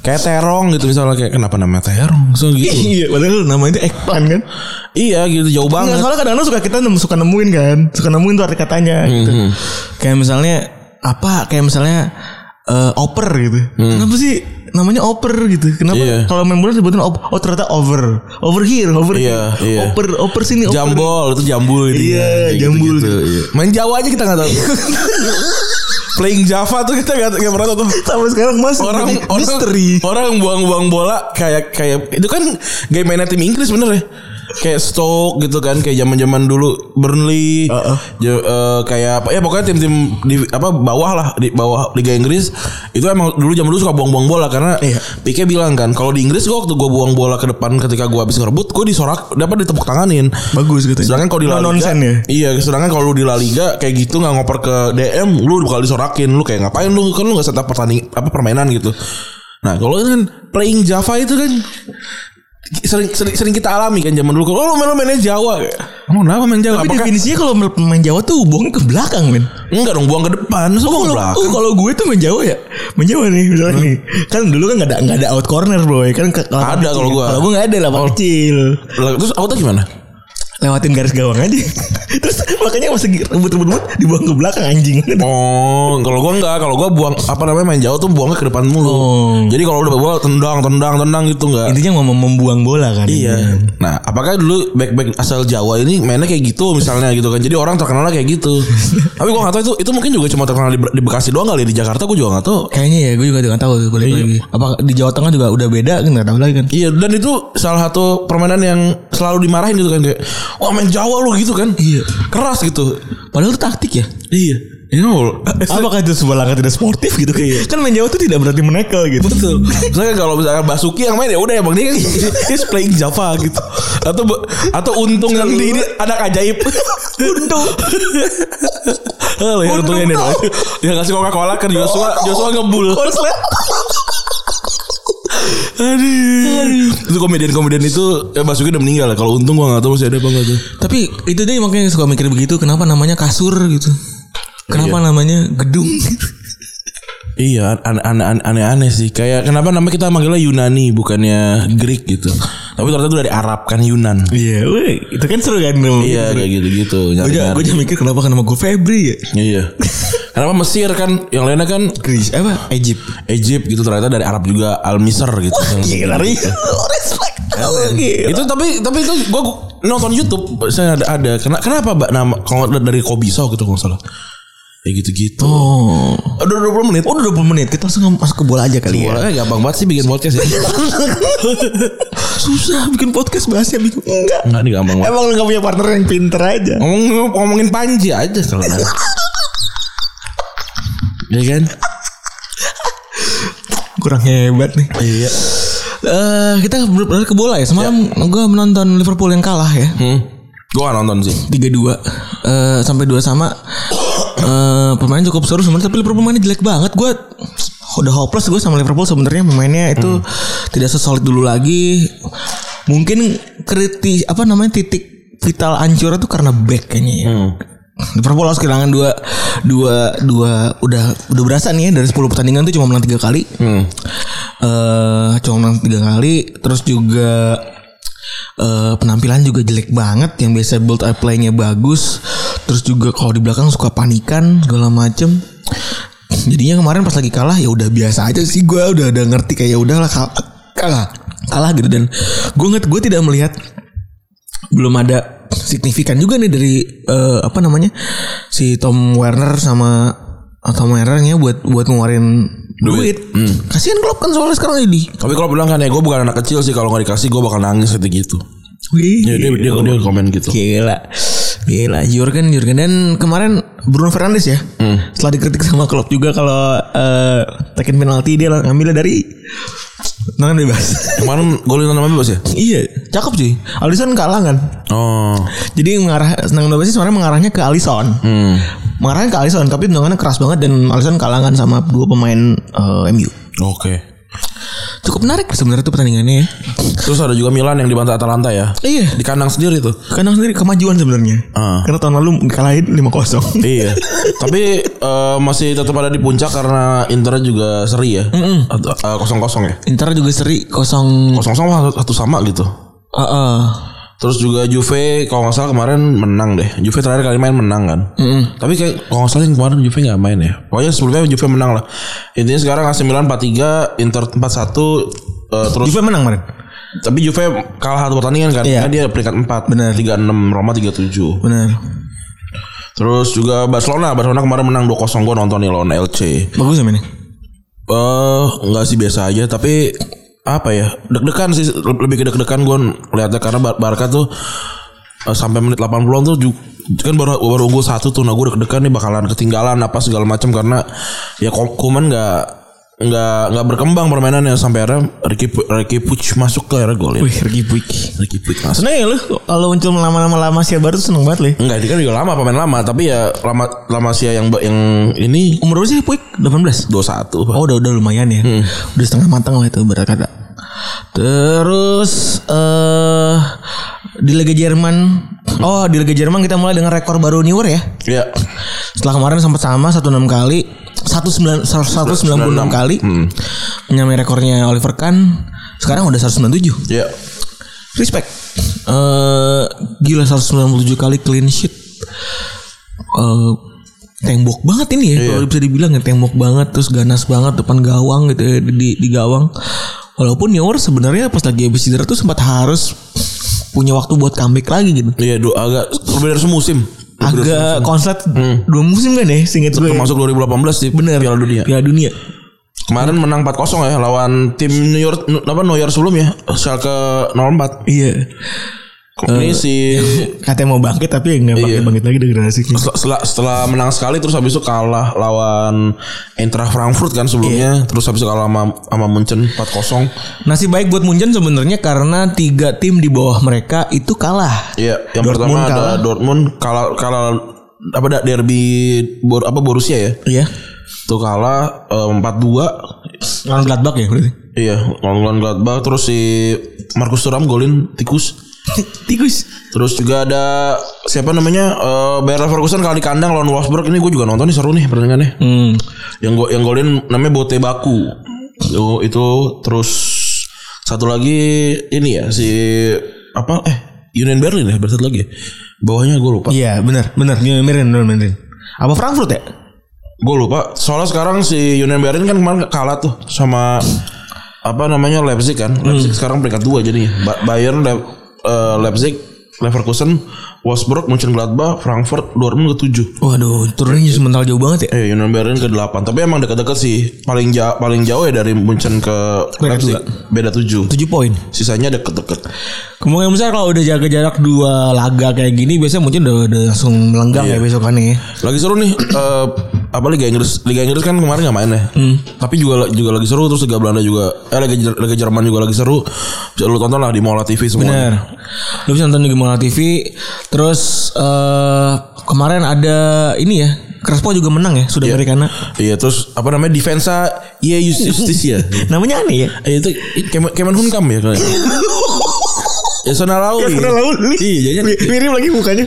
[SPEAKER 3] Kayak terong gitu misalnya Kayak kenapa namanya terong So gitu
[SPEAKER 2] Iya, padahal namanya itu eggplant kan.
[SPEAKER 3] Iya gitu jauh
[SPEAKER 2] Enggak,
[SPEAKER 3] banget
[SPEAKER 2] soalnya kadang-kadang suka kita nemu, suka nemuin kan. Suka nemuin tuh arti katanya gitu.
[SPEAKER 3] Hmm.
[SPEAKER 2] Kayak misalnya apa? Kayak misalnya eh, oper gitu. Kenapa sih namanya oper gitu? Kenapa
[SPEAKER 3] Hmm. Iya.
[SPEAKER 2] kalau main bola disebutin op oh ternyata over. Over here, over
[SPEAKER 3] Iya,
[SPEAKER 2] here.
[SPEAKER 3] iya.
[SPEAKER 2] Oper, oper sini, oper.
[SPEAKER 3] Jambol itu jambul gitu
[SPEAKER 2] Iya,
[SPEAKER 3] Kayak
[SPEAKER 2] jambul.
[SPEAKER 3] gitu-gitu, iya. Main Jawa aja kita gak tahu Playing Java tuh kita gak, gak pernah tahu tuh
[SPEAKER 2] Sampai sekarang masih
[SPEAKER 3] orang
[SPEAKER 2] jadi
[SPEAKER 3] orang
[SPEAKER 2] misteri.
[SPEAKER 3] orang buang-buang bola kayak kayak itu kan gaya mainnya tim Inggris bener ya kayak Stoke gitu kan kayak zaman-zaman dulu Burnley
[SPEAKER 2] Heeh.
[SPEAKER 3] ja- eh, kayak apa ya pokoknya tim-tim di apa bawah lah di bawah Liga Inggris itu emang dulu zaman dulu suka buang-buang bola karena
[SPEAKER 2] Iya.
[SPEAKER 3] Pique bilang kan kalau di Inggris gua waktu gua buang bola ke depan ketika gua habis ngerebut gua disorak dapat ditepuk tanganin
[SPEAKER 2] Bagus gitu.
[SPEAKER 3] sedangkan kalau di La
[SPEAKER 2] No
[SPEAKER 3] Liga
[SPEAKER 2] nonsense ya.
[SPEAKER 3] Iya, sedangkan kalau di La Liga kayak gitu nggak ngoper ke DM, lu bakal disorakin, lu kayak ngapain lu kan lu nggak setup pertanding apa permainan gitu. Nah, kalau itu kan playing Java itu kan sering sering, sering kita alami kan zaman dulu. Oh, lu main lu mainnya Jawa. Emang kenapa main Jawa?
[SPEAKER 2] Tapi
[SPEAKER 3] Apakah
[SPEAKER 2] definisinya kalau main Jawa tuh buang ke belakang, men.
[SPEAKER 3] enggak dong buang ke depan, so buang ke
[SPEAKER 2] Kalau-
[SPEAKER 3] belakang.
[SPEAKER 2] oh, kalau gue tuh main Jawa ya main Jawa nih misalnya nih kan dulu kan nggak ada nggak ada out corner boy kan ke,
[SPEAKER 3] Ada kalau gue.
[SPEAKER 2] Oh. kalau gue nggak ada lah kecil
[SPEAKER 3] Lah, Terus auto gimana?
[SPEAKER 2] lewatin garis gawang aja. Terus makanya masih rebut-rebut dibuang ke belakang anjing.
[SPEAKER 3] Oh, kalau gua enggak, kalau gua buang apa namanya main jauh tuh buangnya ke depan mulu.
[SPEAKER 2] Oh.
[SPEAKER 3] Jadi kalau udah bola tendang, tendang, tendang gitu enggak.
[SPEAKER 2] Intinya mau membuang bola kan.
[SPEAKER 3] Iya. Nah, apakah dulu back-back asal Jawa ini mainnya kayak gitu misalnya gitu kan. Jadi orang terkenalnya kayak gitu. Tapi gua enggak tahu itu itu mungkin juga cuma terkenal di, di Bekasi doang kali ya, di Jakarta gua juga enggak tahu.
[SPEAKER 2] Kayaknya ya gue juga nggak tahu tuh balik lagi. Apa di Jawa Tengah juga udah beda kan nggak tahu lagi kan.
[SPEAKER 3] Iya, dan itu salah satu permainan yang selalu dimarahin gitu kan kayak, "Wah, main Jawa lu gitu kan."
[SPEAKER 2] Iya.
[SPEAKER 3] Keras gitu. eh,
[SPEAKER 2] Padahal itu taktik ya.
[SPEAKER 3] Iya. Ini mau-
[SPEAKER 2] Apakah itu sebuah langkah tidak sportif gitu kan? Kan main Jawa tuh tidak berarti menekel gitu.
[SPEAKER 3] Betul. Misalnya kalau misalkan Basuki yang main ya udah emang dia he's playing Java gitu. Atau be- atau untung yang di ini anak ajaib.
[SPEAKER 2] Untung.
[SPEAKER 3] Oh, ya untungnya dia.
[SPEAKER 2] Untung
[SPEAKER 3] Dia ngasih Coca-Cola ke Joshua, Joshua ngebul. Aduh. Itu komedian-komedian itu ya Basuki udah meninggal. Kalau untung gua enggak tahu masih ada apa enggak tuh.
[SPEAKER 2] Tapi itu dia makanya suka mikir begitu. Kenapa namanya kasur gitu? Kenapa namanya gedung?
[SPEAKER 3] Iya, an- an- an- aneh-aneh sih. Kayak kenapa nama kita manggilnya Yunani bukannya Greek gitu. Tapi ternyata itu dari Arab kan Yunan.
[SPEAKER 2] Iya, weh, itu kan seru kan dong.
[SPEAKER 3] Iya, kayak
[SPEAKER 2] Gue
[SPEAKER 3] gitu-gitu. nyari-nyari.
[SPEAKER 2] juga gue juga mikir kenapa kan nama gue Febri ya?
[SPEAKER 3] Iya. Kenapa Mesir kan yang lainnya kan
[SPEAKER 2] Greece, apa? Egypt.
[SPEAKER 3] Egypt gitu ternyata dari Arab juga Al Misr gitu.
[SPEAKER 2] Gila, Ri. Respect. Oh, Gila.
[SPEAKER 3] itu tapi tapi itu gua gua nonton YouTube saya ada ada kena- kenapa Mbak nama kalau dari Kobiso gitu kalau nggak salah. Ya gitu-gitu.
[SPEAKER 2] Oh.
[SPEAKER 3] Udah 20 menit.
[SPEAKER 2] Oh, udah 20 menit. Kita langsung masuk ke bola aja kali ya.
[SPEAKER 3] Bolanya gampang banget sih bikin podcast ya.
[SPEAKER 2] Susah bikin podcast bahasnya bingung. Enggak.
[SPEAKER 3] Enggak nih gampang banget.
[SPEAKER 2] Emang lu gak punya partner yang pinter aja?
[SPEAKER 3] Ngomong ngomongin Panji aja kalau ada. Iya kan?
[SPEAKER 2] Kurang hebat nih.
[SPEAKER 3] Iya.
[SPEAKER 2] Eh, kita benar ke bola ya. Semalam gue menonton Liverpool yang kalah ya.
[SPEAKER 3] Hmm. Gua nggak nonton sih.
[SPEAKER 2] 3-2 Eh, sampai 2 sama. Eh, pemain cukup seru sebenarnya tapi Liverpool mainnya jelek banget. Gue udah hopeless gue sama Liverpool sebenarnya pemainnya itu tidak sesolid dulu lagi. Mungkin kritis apa namanya titik vital hancurnya tuh karena back kayaknya ya. Liverpool harus kehilangan dua dua dua udah udah berasa nih ya dari 10 pertandingan tuh cuma menang tiga kali. Eh cuma menang tiga kali terus juga eh penampilan juga jelek banget yang biasa build up play-nya bagus terus juga kalau di belakang suka panikan segala macem jadinya kemarin pas lagi kalah ya udah biasa aja sih gue udah udah ngerti kayak ya udahlah kal- kalah kalah gitu dan gue nggak gue tidak melihat belum ada signifikan juga nih dari eh, apa namanya si Tom Werner sama eh, Tom Wernernya buat buat ngeluarin duit. Kasihan Klopp kan soalnya sekarang jadi.
[SPEAKER 3] Tapi kalau bilang kan ya gue bukan anak kecil sih kalau nggak dikasih gue bakal nangis gitu gitu.
[SPEAKER 2] Iya,
[SPEAKER 3] Ya, dia, dia, dia komen gitu.
[SPEAKER 2] Gila. Gila, Jurgen Jurgen dan kemarin Bruno Fernandes ya. Setelah dikritik sama Klopp juga kalau eh tekin penalti dia ngambilnya dari tangan bebas.
[SPEAKER 3] Kemarin golin nama bebas ya?
[SPEAKER 2] iya, cakep sih. Alisson kalah kan.
[SPEAKER 3] Oh.
[SPEAKER 2] Jadi mengarah Senang Dua sih sebenarnya mengarahnya ke Alisson.
[SPEAKER 3] hmm.
[SPEAKER 2] Mengarahnya ke Alisson tapi tendangannya keras banget dan Alisson kalangan sama dua pemain eh, MU.
[SPEAKER 3] Oke.
[SPEAKER 2] Cukup menarik sebenarnya tuh pertandingannya ya.
[SPEAKER 3] Terus ada juga Milan yang dibantai Atalanta ya.
[SPEAKER 2] Iya.
[SPEAKER 3] Di kandang sendiri tuh.
[SPEAKER 2] Kadang sendiri kemajuan sebenarnya.
[SPEAKER 3] Ah.
[SPEAKER 2] Karena tahun lalu kalahin 5-0.
[SPEAKER 3] iya. Tapi eh, masih tetap ada di puncak karena Inter juga seri ya. Atau, eh, Kosong-kosong ya.
[SPEAKER 2] Inter juga seri kosong
[SPEAKER 3] Kosong-kosong satu, satu sama gitu.
[SPEAKER 2] Ah, ah.
[SPEAKER 3] Terus juga Juve kalau nggak salah kemarin menang deh. Juve terakhir kali main menang kan. Tapi kayak kalau nggak salah yang kemarin Juve nggak main ya. Pokoknya sebelumnya Juve menang lah. Intinya sekarang AC Milan 4-3, Inter 4-1, eh, terus
[SPEAKER 2] Juve menang kemarin.
[SPEAKER 3] Tapi Juve kalah satu pertandingan kan.
[SPEAKER 2] Iya.
[SPEAKER 3] Karena dia peringkat 4.
[SPEAKER 2] Benar.
[SPEAKER 3] 36, Roma 37.
[SPEAKER 2] Benar.
[SPEAKER 3] Terus juga Barcelona, Barcelona kemarin menang 2-0 gua nonton nih lawan LC. Eh
[SPEAKER 2] Bagus ya mainnya.
[SPEAKER 3] enggak sih biasa aja tapi apa ya? Deg-degan sih lebih ke deg-degan gua lihatnya karena Bar- Barca tuh eh, sampai menit 80-an tuh ju- kan baru baru unggul satu tuh nah gue deg-degan nih bakalan ketinggalan apa segala macam karena ya Kuman nggak nggak nggak berkembang permainannya sampai akhirnya Ricky Pu- Ricky Puig masuk ke akhirnya golin.
[SPEAKER 2] Wih, Ricky Puig.
[SPEAKER 3] Ricky Puig masuk.
[SPEAKER 2] Seneng ya lu kalau muncul lama-lama lama sih baru tuh seneng banget lu. ya.
[SPEAKER 3] Enggak, itu kan juga lama pemain lama, tapi ya lama lama sih ya yang yang ini
[SPEAKER 2] Umur berapa sih Puig? 18.
[SPEAKER 3] 21 Pak.
[SPEAKER 2] Oh udah udah lumayan ya. Udah setengah matang lah itu berat kata. Terus eh di Liga Jerman Oh di Liga Jerman kita mulai dengan rekor baru Neuer ya
[SPEAKER 3] Iya.
[SPEAKER 2] Setelah kemarin sempat sama 106 kali 19 196 kali Menyamai rekornya Oliver Kahn Sekarang udah 197
[SPEAKER 3] Iya.
[SPEAKER 2] Respect. Eh gila 197 kali clean sheet. Eh tembok banget ini ya kalau bisa dibilang ya tembok banget terus ganas banget depan gawang gitu ya, di di gawang. Walaupun Neuer sebenarnya pas lagi habis cedera tuh sempat harus punya waktu buat comeback lagi gitu.
[SPEAKER 3] Iya, dua agak berbeda semusim.
[SPEAKER 2] Agak konslet dua musim kan ya singkat gue.
[SPEAKER 3] Termasuk 2018 sih
[SPEAKER 2] Bener. Ya.
[SPEAKER 3] Piala Dunia.
[SPEAKER 2] Piala dunia.
[SPEAKER 3] Kemarin menang 4-0 ya lawan tim New York apa New York sebelumnya Schalke 04.
[SPEAKER 2] Iya.
[SPEAKER 3] Ini si
[SPEAKER 2] Katanya mau bangkit tapi nggak bangkit bangkit lagi degradasi.
[SPEAKER 3] setelah, setelah, setelah menang sekali terus habis itu kalah lawan Eintracht Frankfurt kan sebelumnya
[SPEAKER 2] Iya.
[SPEAKER 3] terus habis itu kalah sama, sama Munchen 4-0.
[SPEAKER 2] Nasib baik buat Munchen sebenarnya karena tiga tim di bawah mereka itu kalah.
[SPEAKER 3] Iya, yang
[SPEAKER 2] Dortmund
[SPEAKER 3] pertama ada
[SPEAKER 2] kalah.
[SPEAKER 3] Dortmund kalah kalah apa da- derby Bor, apa Borussia ya.
[SPEAKER 2] Iya.
[SPEAKER 3] Tuh kalah eh, 4-2.
[SPEAKER 2] Lawan Gladbach ya berarti.
[SPEAKER 3] Iya, lawan Gladbach terus si Markus Thuram golin tikus.
[SPEAKER 2] Tikus.
[SPEAKER 3] Terus juga ada siapa namanya? Eh Bayer Leverkusen kalah di kandang lawan Wolfsburg. Ini gue juga nonton nih seru nih pertandingannya.
[SPEAKER 2] Hmm.
[SPEAKER 3] Yang gue yang golin namanya Bote Baku. Itu, itu terus satu lagi ini ya si apa eh Union Berlin ya berarti lagi. ya. Bawahnya gue lupa.
[SPEAKER 2] Iya benar benar. Union Berlin Union Berlin. Apa Frankfurt ya?
[SPEAKER 3] Gue lupa. Soalnya sekarang si Union Berlin kan kemarin kalah tuh sama apa namanya Leipzig kan. Leipzig sekarang peringkat dua jadi Ba- Bayern Le- eh, Leipzig Leverkusen, Wolfsburg, Mönchengladbach, Frankfurt, Dortmund ke tujuh.
[SPEAKER 2] Waduh turunnya sementara jauh banget ya.
[SPEAKER 3] Eh Union Berlin ke delapan. Tapi emang dekat-dekat sih. Paling jauh paling jauh ya dari Munchen ke
[SPEAKER 2] Peringkat
[SPEAKER 3] Leipzig. Beda tujuh.
[SPEAKER 2] 7 poin.
[SPEAKER 3] Sisanya deket-deket.
[SPEAKER 2] Kemungkinan besar kalau udah jaga jarak dua laga kayak gini biasanya mungkin udah, udah langsung melenggang ya besokannya. ya.
[SPEAKER 3] Lagi seru nih eh, apa Liga Inggris. Liga Inggris kan kemarin nggak main ya.
[SPEAKER 2] Hmm.
[SPEAKER 3] Tapi juga juga lagi seru terus Liga Belanda juga eh Liga, Jer- Liga Jerman juga lagi seru. Bisa lu tonton lah di Mola TV semua.
[SPEAKER 2] Bener. Lu bisa nonton di Gimana TV. Terus eh kemarin ada ini ya. Crespo juga menang ya sudah Amerikana.
[SPEAKER 3] Iya, terus apa namanya Defensa Iya Justicia.
[SPEAKER 2] Namanya aneh ya.
[SPEAKER 3] Eh, itu Kemen Kemen Hunkam ya kayaknya. ya Sonalawi.
[SPEAKER 2] Ya, Sona Lauli.
[SPEAKER 3] Iya, jadinya
[SPEAKER 2] Mi- Mirip lagi mukanya.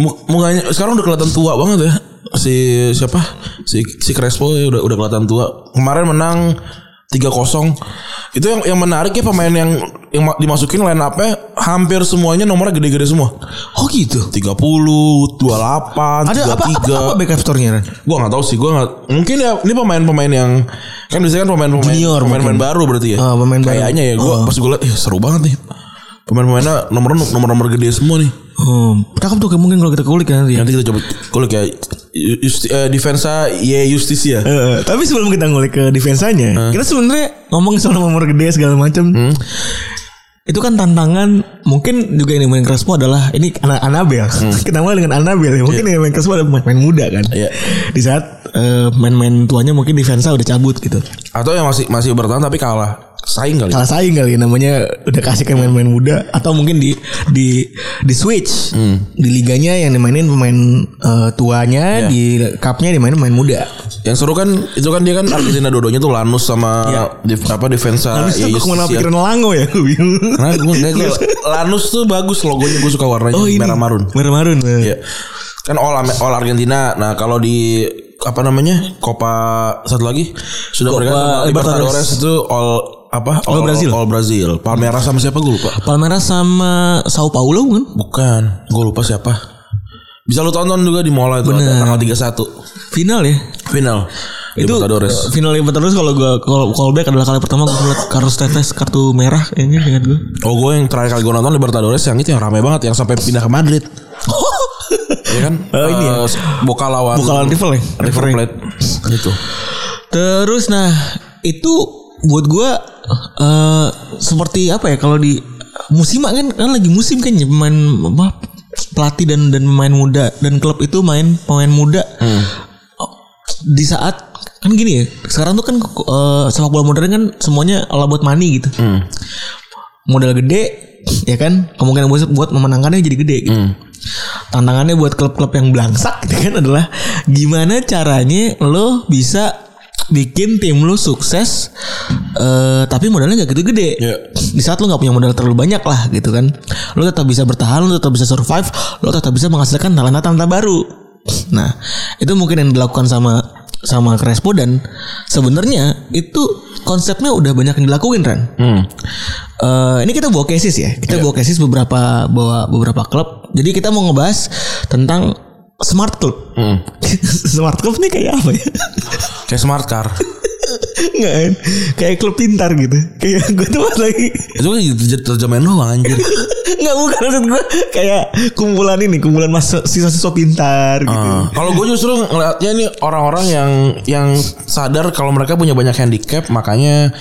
[SPEAKER 3] Mu- mukanya sekarang udah kelihatan tua banget ya si siapa si si Crespo ya udah udah kelihatan tua kemarin menang 3-0 itu yang yang menarik ya pemain yang yang ma- dimasukin line up-nya hampir semuanya nomornya gede-gede semua
[SPEAKER 2] Oh gitu.
[SPEAKER 3] 30 28
[SPEAKER 2] Ada apa, apa,
[SPEAKER 3] 33
[SPEAKER 2] apa backup store-nya Ran?
[SPEAKER 3] gua nggak tahu sih gua nggak mungkin ya ini pemain-pemain yang kan biasanya kan pemain-pemain
[SPEAKER 2] Junior
[SPEAKER 3] pemain-pemain
[SPEAKER 2] mungkin.
[SPEAKER 3] baru berarti ya
[SPEAKER 2] Ah, pemain baru. Ah.
[SPEAKER 3] kayaknya ya gua pas gua liat "Ih, seru banget nih pemain-pemainnya nomor nomor nomor gede semua nih
[SPEAKER 2] Hmm, cakep tuh kayak mungkin kalau kita kulik kan nanti.
[SPEAKER 3] Nanti kita coba kulik ya Justi, eh, Defensa Ye Justisia.
[SPEAKER 2] Eh, tapi sebelum kita ngulik ke defensanya, kita sebenarnya ngomong soal nomor gede segala macam. Itu kan tantangan mungkin juga yang dimain Crespo adalah ini anak Anabel. Kita mulai dengan Anabel ya. Mungkin yang main Crespo adalah main muda kan.
[SPEAKER 3] Iya.
[SPEAKER 2] Di saat eh, main-main tuanya mungkin defensa udah cabut gitu.
[SPEAKER 3] Atau yang masih masih bertahan tapi kalah. Saing kali.
[SPEAKER 2] Kalah saing kali ya, namanya udah kasih ke main-main muda atau mungkin di di di switch di liganya yang dimainin pemain eh, tuanya di cupnya dimainin pemain muda.
[SPEAKER 3] Yang seru kan itu kan dia kan Argentina dodonya tuh Lanus sama
[SPEAKER 2] Iya.
[SPEAKER 3] def- apa Defensa
[SPEAKER 2] Habis
[SPEAKER 3] Ye
[SPEAKER 2] itu kemana
[SPEAKER 3] Justisia.
[SPEAKER 2] pikiran Iya. Lango ya gue bingung.
[SPEAKER 3] Nah, gua, nggak, gua, Lanus tuh bagus logonya gue suka warnanya merah marun.
[SPEAKER 2] Oh, Merah marun.
[SPEAKER 3] Iya. Kan all, Ame- all Argentina. Nah, kalau di apa namanya? Copa satu lagi sudah
[SPEAKER 2] Copa
[SPEAKER 3] bergantung
[SPEAKER 2] Libertadores.
[SPEAKER 3] Libertadores itu all apa? All,
[SPEAKER 2] Brazil.
[SPEAKER 3] All Brazil. Palmeiras sama siapa gue lupa.
[SPEAKER 2] Palmeiras Eh, sama Sao Paulo kan?
[SPEAKER 3] Bukan, gue lupa siapa. Bisa lu tonton juga di Mola itu ada tanggal 31
[SPEAKER 2] Final ya.
[SPEAKER 3] final.
[SPEAKER 2] Itu
[SPEAKER 3] Libertadores.
[SPEAKER 2] eh, final Libertadores kalau gua call, callback adalah kali pertama gua ngeliat Carlos Tevez kartu merah kayaknya dengan gua.
[SPEAKER 3] Oh gue yang terakhir kali gue nonton Libertadores yang itu yang ramai banget yang sampai pindah ke Madrid. Iya kan?
[SPEAKER 2] Oh, ini ya?
[SPEAKER 3] Eh, Boca lawan
[SPEAKER 2] Bukan lawan rival ya.
[SPEAKER 3] River Plate. Gitu.
[SPEAKER 2] Terus nah itu buat gua eh seperti apa ya kalau di musim kan kan lagi musim kan ya pemain apa pelatih dan dan pemain muda dan klub itu main pemain muda di saat kan gini ya sekarang tuh kan eh, sepak bola modern kan semuanya ala buat money gitu modal gede ya kan kemungkinan buat buat memenangkannya jadi gede gitu. Tantangannya buat klub-klub yang belangsak gitu kan adalah gimana caranya lo bisa bikin tim lo sukses eh, tapi modalnya nggak gitu gede.
[SPEAKER 3] Iya.
[SPEAKER 2] Di saat lo nggak punya modal terlalu banyak lah gitu kan. Lo tetap bisa bertahan, lo tetap bisa survive, lo tetap bisa menghasilkan talenta-talenta baru. Nah, itu mungkin yang dilakukan sama sama Crespo dan sebenarnya itu konsepnya udah banyak yang dilakuin Ran.
[SPEAKER 3] Hmm.
[SPEAKER 2] Eh, ini kita bawa cases ya. Kita bawa cases beberapa bawa beberapa klub. Jadi kita mau ngebahas tentang smart club.
[SPEAKER 3] Hmm.
[SPEAKER 2] smart club ini kayak apa ya?
[SPEAKER 3] Kayak smart car.
[SPEAKER 2] Nggak kan? Kayak klub pintar gitu. Kayak gue tuh pas lagi
[SPEAKER 3] itu kan terj- terjemahan doang anjir.
[SPEAKER 2] nggak bukan maksud gue kayak kumpulan ini kumpulan mas siswa-siswa pintar gitu.
[SPEAKER 3] Ah, kalau gue justru ngeliatnya ini orang-orang yang yang sadar kalau mereka punya banyak handicap makanya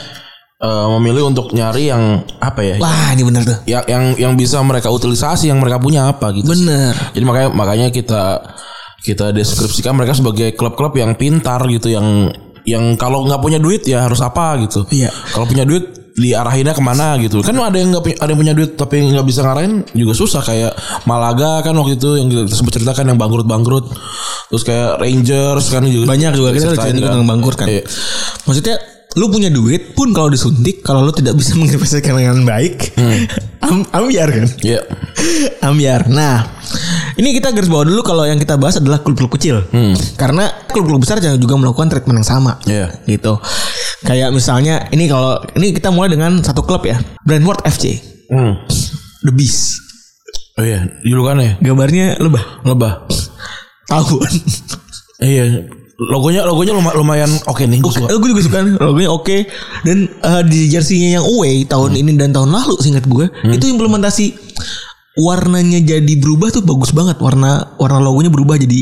[SPEAKER 3] eh, memilih untuk nyari yang apa ya?
[SPEAKER 2] Wah ini bener tuh.
[SPEAKER 3] Yang Ya, yang yang bisa mereka utilisasi yang mereka punya apa gitu.
[SPEAKER 2] Bener.
[SPEAKER 3] Jadi makanya makanya kita kita deskripsikan mereka sebagai klub-klub yang pintar gitu yang yang kalau nggak punya duit ya harus apa gitu.
[SPEAKER 2] Iya.
[SPEAKER 3] Kalau punya duit diarahinnya kemana gitu kan ada yang nggak punya- ada yang punya duit tapi nggak bisa ngarahin juga susah kayak Malaga kan waktu itu yang kita sempat ceritakan yang bangkrut bangkrut terus kayak Rangers kan juga
[SPEAKER 2] Banyak juga kita
[SPEAKER 3] ceritain
[SPEAKER 2] cerita tentang bangkrut kan.
[SPEAKER 3] Iya.
[SPEAKER 2] Maksudnya lu punya duit pun kalau disuntik kalau lu tidak bisa menginvestasikan dengan baik am ambiar kan
[SPEAKER 3] Iya.
[SPEAKER 2] ambiar nah ini kita garis bawah dulu kalau yang kita bahas adalah klub-klub kecil karena klub-klub besar jangan juga melakukan treatment yang sama
[SPEAKER 3] Hmm. Iya.
[SPEAKER 2] gitu kayak misalnya ini kalau ini kita mulai dengan satu klub ya Brentford FC
[SPEAKER 3] Hmm.
[SPEAKER 2] The Beast
[SPEAKER 3] oh iya dulu kan ya
[SPEAKER 2] gambarnya lebah
[SPEAKER 3] lebah
[SPEAKER 2] tahu kan?
[SPEAKER 3] iya logonya logonya luma- lumayan oke nih gue suka
[SPEAKER 2] Eh, gue juga suka logonya oke dan eh, di jersinya yang away
[SPEAKER 3] Hmm.
[SPEAKER 2] tahun ini dan tahun lalu singkat gue itu implementasi warnanya jadi berubah tuh bagus banget warna warna logonya berubah jadi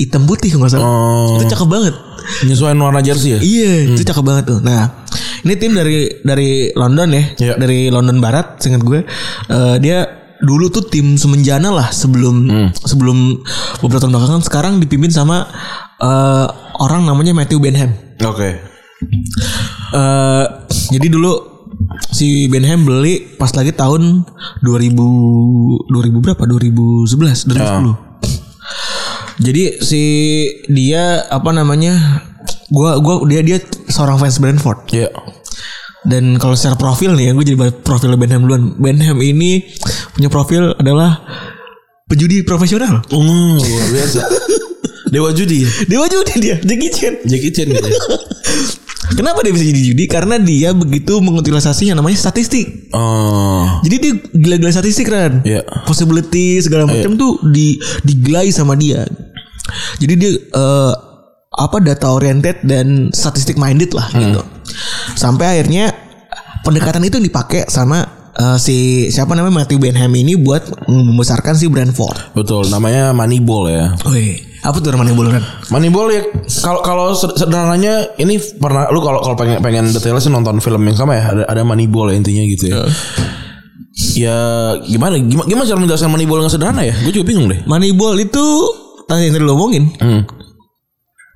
[SPEAKER 2] hitam putih kalau nggak salah
[SPEAKER 3] Oh.
[SPEAKER 2] itu cakep banget
[SPEAKER 3] penyesuaian warna jersey ya
[SPEAKER 2] iya itu cakep banget tuh nah ini tim dari dari London ya
[SPEAKER 3] Iya.
[SPEAKER 2] dari London Barat singkat gue Eh, dia dulu tuh tim semenjana lah sebelum sebelum beberapa tahun belakangan sekarang dipimpin sama eh, orang namanya Matthew Benham
[SPEAKER 3] oke
[SPEAKER 2] eh jadi dulu si Benham beli pas lagi tahun 2000 2000 berapa 2011 2010. Jadi si dia apa namanya? Gua gua dia dia seorang fans Brentford.
[SPEAKER 3] Iya.
[SPEAKER 2] Dan kalau secara profil nih ya, gue jadi bahas profil Benham duluan. Benham ini punya profil adalah pejudi profesional.
[SPEAKER 3] Oh, luar biasa. Dewa judi.
[SPEAKER 2] Dewa judi dia, Jackie Chan.
[SPEAKER 3] Jackie Chan gitu. ya?
[SPEAKER 2] Kenapa dia bisa jadi judi? Karena dia begitu mengutilisasi yang namanya statistik.
[SPEAKER 3] Oh.
[SPEAKER 2] Jadi dia gila-gila statistik kan.
[SPEAKER 3] Iya.
[SPEAKER 2] Possibility segala macam tuh di digelai sama dia. Jadi dia eh, apa data oriented dan statistik minded lah gitu. Sampai akhirnya pendekatan itu yang dipakai sama eh, si siapa namanya Matthew Benham ini buat membesarkan si Brentford.
[SPEAKER 3] Betul, namanya Moneyball ya.
[SPEAKER 2] Woi, apa tuh namanya boloran?
[SPEAKER 3] Moneyball ya kalau kalau sed- sederhananya ini pernah lu kalau kalau pengen pengen detailnya sih nonton film yang sama ya ada ada Moneyball ya, intinya gitu ya. Ya gimana gimana, gimana cara menjelaskan Moneyball yang sederhana ya? Gue juga bingung deh.
[SPEAKER 2] Moneyball itu tadi yang tadi lo omongin.
[SPEAKER 3] Hmm.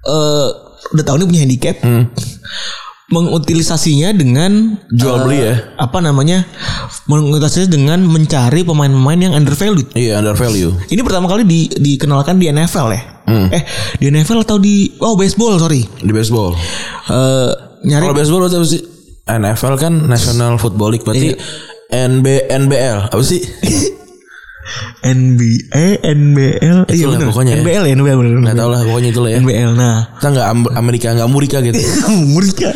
[SPEAKER 2] eh, udah tahu dia punya handicap. Mengutilisasinya dengan
[SPEAKER 3] Jual beli ya.
[SPEAKER 2] apa namanya mengutasinya dengan mencari pemain-pemain yang undervalued.
[SPEAKER 3] Iya, under value.
[SPEAKER 2] Ini pertama kali di, dikenalkan di NFL ya.
[SPEAKER 3] Hmm.
[SPEAKER 2] Eh di NFL atau di oh baseball sorry.
[SPEAKER 3] Di baseball.
[SPEAKER 2] Eh nyari
[SPEAKER 3] Kalau baseball berarti apa sih? NFL kan National Football League berarti NB NBL apa sih?
[SPEAKER 2] NBA, NBL, iya
[SPEAKER 3] lah
[SPEAKER 2] bener.
[SPEAKER 3] pokoknya ya.
[SPEAKER 2] NBL ya, NBL bener.
[SPEAKER 3] Gak tau lah pokoknya itu lah ya.
[SPEAKER 2] NBL. Nah,
[SPEAKER 3] kita nggak Am- Amerika nggak Murika gitu
[SPEAKER 2] Murka.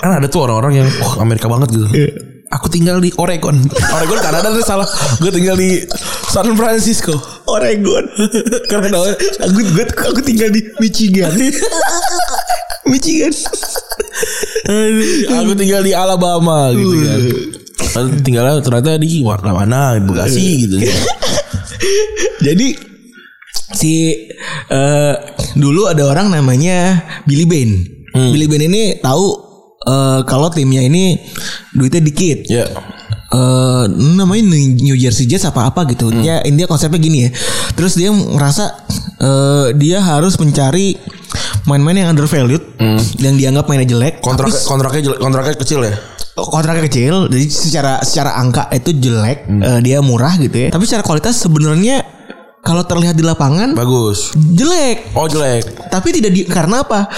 [SPEAKER 3] kan ada tuh orang-orang yang wah Amerika banget gitu
[SPEAKER 2] Iya.
[SPEAKER 3] aku tinggal di Oregon Oregon Kanada tuh salah gue tinggal di San Francisco
[SPEAKER 2] Oregon.
[SPEAKER 3] keren tau ya.
[SPEAKER 2] aku, gue, aku tinggal di Michigan. Michigan.
[SPEAKER 3] aku tinggal di Alabama gitu kan Lalu tinggalnya ternyata di warna mana di Bekasi gitu
[SPEAKER 2] Jadi si eh dulu ada orang namanya Billy Bane. Billy Bane ini tahu eh, kalau timnya ini duitnya dikit.
[SPEAKER 3] ya
[SPEAKER 2] Eh, namanya New Jersey Jets apa apa gitu. Dia India konsepnya gini ya. Terus dia merasa eh, dia harus mencari main-main yang undervalued yang dianggap mainnya jelek
[SPEAKER 3] kontrak
[SPEAKER 2] tapi oh,
[SPEAKER 3] kontraknya jelek- kontraknya kecil ya
[SPEAKER 2] kontraknya kecil jadi secara secara angka itu jelek eh, dia murah gitu ya tapi secara kualitas sebenarnya kalau terlihat di lapangan
[SPEAKER 3] bagus
[SPEAKER 2] jelek
[SPEAKER 3] oh jelek
[SPEAKER 2] tapi tidak di karena apa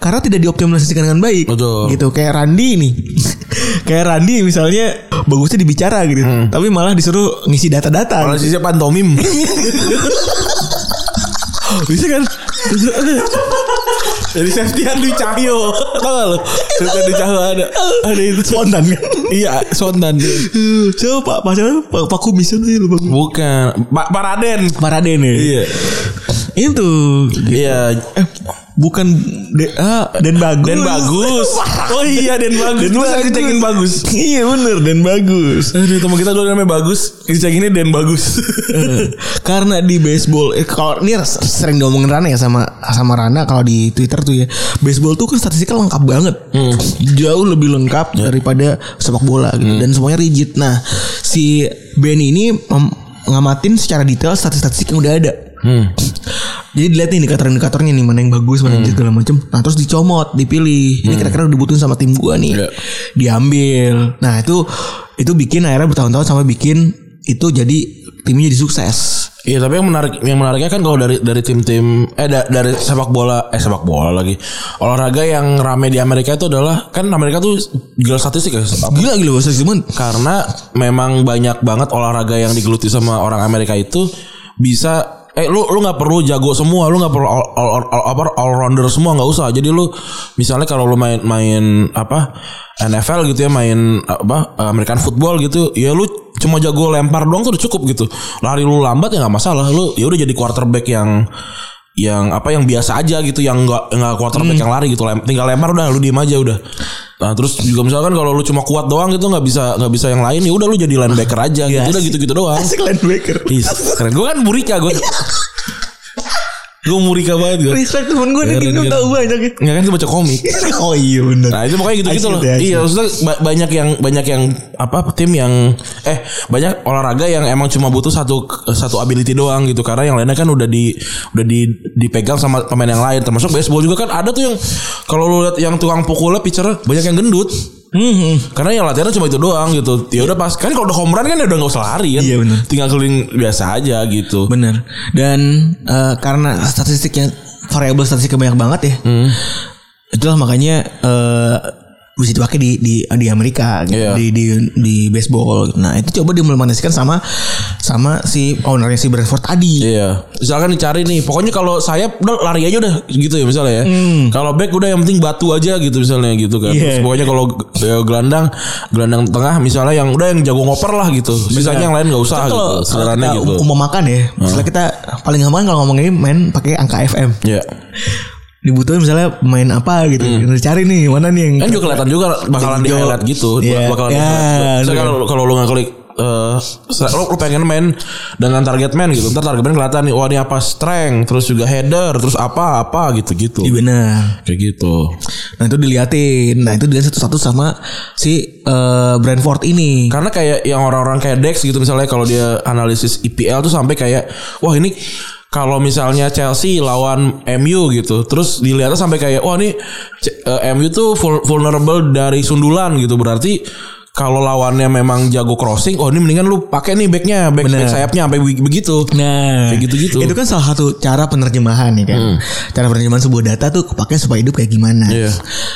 [SPEAKER 2] karena tidak dioptimalisasikan dengan baik
[SPEAKER 3] Betul.
[SPEAKER 2] gitu kayak Randi nih kayak Randi misalnya bagusnya dibicara gitu
[SPEAKER 3] Hmm.
[SPEAKER 2] tapi malah disuruh ngisi data-data
[SPEAKER 3] kalau sisi pantomim
[SPEAKER 2] bisa kan
[SPEAKER 3] Jadi Septian Dwi Cahyo. Tau gak lu? Septian Dwi Cahyo kan ada. Ada itu.
[SPEAKER 2] Spontan kan?
[SPEAKER 3] Iya, sondan.
[SPEAKER 2] Coba Pak, Pak siapa? Pak, Pak Kumis itu ya Pak
[SPEAKER 3] Bukan. Pak Paraden.
[SPEAKER 2] Paraden ya.
[SPEAKER 3] Iya.
[SPEAKER 2] Itu.
[SPEAKER 3] Iya.
[SPEAKER 2] Eh, bukan de, ah, dan bagus.
[SPEAKER 3] Dan bagus. Oh iya, Dan bagus.
[SPEAKER 2] Dan
[SPEAKER 3] Lu sering cekin bagus.
[SPEAKER 2] iya bener dan bagus.
[SPEAKER 3] Aduh, teman kita dulu namanya bagus. Dicekinnya Dan bagus.
[SPEAKER 2] Eh, karena di baseball eh, kalau ini res- sering diomongin Rana ya sama sama Rana kalau di Twitter tuh ya baseball tuh kan statistiknya lengkap banget jauh lebih lengkap daripada sepak bola gitu dan semuanya rigid nah si Ben ini mem- ngamatin secara detail statistik-statistik yang udah ada Jadi dilihat nih indikator-indikatornya nih mana yang bagus mana yang segala macem. Nah terus dicomot, dipilih. Ini kira-kira udah dibutuhin sama tim gua nih.
[SPEAKER 3] Iya.
[SPEAKER 2] Diambil. Nah itu itu bikin akhirnya bertahun-tahun sama bikin itu jadi timnya jadi sukses.
[SPEAKER 3] Iya tapi yang menarik yang menariknya kan kalau dari dari tim-tim eh da- dari sepak bola eh sepak bola lagi olahraga yang rame di Amerika itu adalah kan Amerika tuh gila statistik ya apa-
[SPEAKER 2] Gila gila sukses cuman
[SPEAKER 3] karena memang banyak banget olahraga yang digeluti sama orang Amerika itu bisa eh lu lu nggak perlu jago semua lu nggak perlu all, all, all- all- apa all rounder semua nggak usah jadi lu misalnya kalau lu main main apa NFL gitu ya main apa American football gitu ya lu cuma jago lempar doang tuh udah cukup gitu lari lu lambat ya nggak masalah lu ya udah jadi quarterback yang yang apa yang biasa aja gitu yang nggak nggak quarterback yang lari gitu lem- tinggal lempar udah lu diem aja udah nah terus juga misalkan kalau lu cuma kuat doang gitu nggak bisa nggak bisa yang lain ya udah lu jadi linebacker aja gitu udah gitu gitu doang
[SPEAKER 2] asik linebacker.
[SPEAKER 3] Ih, keren gue kan burika gue gue murika banget gue
[SPEAKER 2] Respect temen gue nih
[SPEAKER 3] Keren,
[SPEAKER 2] Dino
[SPEAKER 3] keren.
[SPEAKER 2] tahu banyak ya.
[SPEAKER 3] nggak kan gue baca komik
[SPEAKER 2] Iya, Oh iya bener.
[SPEAKER 3] Nah itu pokoknya gitu-gitu
[SPEAKER 2] I see
[SPEAKER 3] loh.
[SPEAKER 2] it, I see
[SPEAKER 3] Iya maksudnya ba- banyak yang banyak yang apa tim yang eh banyak olahraga yang emang cuma butuh satu satu ability doang gitu karena yang lainnya kan udah di udah di dipegang sama pemain yang lain termasuk baseball juga kan ada tuh yang kalau lu lihat yang tukang pukulnya pitcher banyak yang gendut.
[SPEAKER 2] Hmm,
[SPEAKER 3] Karena yang latihannya cuma itu doang gitu. Ya udah pas kan kalau udah home run kan ya udah nggak usah lari kan.
[SPEAKER 2] Iya, bener.
[SPEAKER 3] Tinggal keliling biasa aja gitu.
[SPEAKER 2] Bener. Dan eh, karena statistiknya variabel statistiknya banyak banget ya.
[SPEAKER 3] Hmm.
[SPEAKER 2] Itulah makanya eh bisa dipakai di di di Amerika gitu,
[SPEAKER 3] Iya.
[SPEAKER 2] di di di baseball. gitu. Nah, itu coba diimplementasikan sama sama si ownernya si Bradford tadi.
[SPEAKER 3] Iya, misalkan dicari nih. Pokoknya kalau sayap udah lari aja udah gitu ya misalnya ya. Kalau back udah yang penting batu aja gitu misalnya gitu kan.
[SPEAKER 2] Hmm. Iya.
[SPEAKER 3] Terus pokoknya kalau eh, gelandang, gelandang tengah misalnya yang udah yang jago ngoper lah gitu. Sisanya yang lain nggak usah gitu.
[SPEAKER 2] Kalau kalau
[SPEAKER 3] Sederhananya
[SPEAKER 2] kita
[SPEAKER 3] gitu.
[SPEAKER 2] um- umamakan ya, misalnya kita paling gampang kan kalau ngomongin main pakai angka FM.
[SPEAKER 3] Iya.
[SPEAKER 2] Dibutuhin misalnya main apa gitu. Kita Cari nih mana nih yang
[SPEAKER 3] Hmm. Kan juga kelihatan juga bakalan di
[SPEAKER 2] Jago.
[SPEAKER 3] highlight gitu,
[SPEAKER 2] Iya.
[SPEAKER 3] bakalan di
[SPEAKER 2] Ya,
[SPEAKER 3] highlight. Misalnya
[SPEAKER 2] bener.
[SPEAKER 3] kalau kalau lu nggak klik eh stra- lu, lu pengen main dengan target man gitu. Ntar target man kelihatan nih, wah ini apa strength, terus juga header, terus apa apa gitu-gitu.
[SPEAKER 2] Iya, benar.
[SPEAKER 3] Kayak gitu.
[SPEAKER 2] Nah itu diliatin. Nah itu dilihat satu-satu sama si eh, Brentford ini.
[SPEAKER 3] Karena kayak yang orang-orang kayak Dex gitu misalnya kalau dia analisis IPL tuh sampai kayak wah ini kalau misalnya Chelsea lawan MU gitu, terus dilihatnya sampai kayak wah ini C- eh, MU tuh vul- vulnerable dari sundulan gitu. Berarti kalau lawannya memang jago crossing, oh ini mendingan lu pakai nih backnya, back, back sayapnya sampai be- begitu.
[SPEAKER 2] Nah,
[SPEAKER 3] Kayak gitu-gitu. Hmm.
[SPEAKER 2] Itu kan salah satu cara penerjemahan ya kan. Cara penerjemahan sebuah data tuh kepake supaya hidup kayak gimana.
[SPEAKER 3] Iya.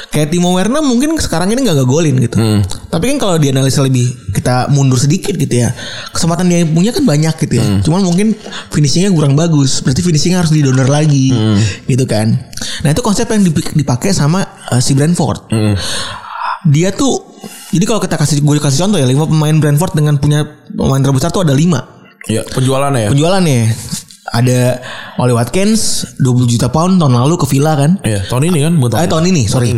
[SPEAKER 2] Kayak Timo Werner mungkin sekarang ini nggak golin gitu.
[SPEAKER 3] Hmm.
[SPEAKER 2] Tapi kan kalau dianalisa lebih kita mundur sedikit gitu ya. Kesempatan dia punya kan banyak gitu ya.
[SPEAKER 3] Hmm.
[SPEAKER 2] Cuman mungkin finishingnya kurang bagus. Berarti finishingnya harus didonor lagi
[SPEAKER 3] Hmm.
[SPEAKER 2] gitu kan. Nah itu konsep yang dipik- dipakai sama eh, si Brentford. Dia tuh jadi kalau kita kasih gue kasih contoh ya lima pemain Brentford dengan punya pemain terbesar tuh ada lima
[SPEAKER 3] Ya, penjualannya ya.
[SPEAKER 2] penjualannya ada Oleh Watkins 20 juta pound tahun lalu ke Villa kan?
[SPEAKER 3] Iya, tahun ini kan buat
[SPEAKER 2] Eh tahun ini, sorry.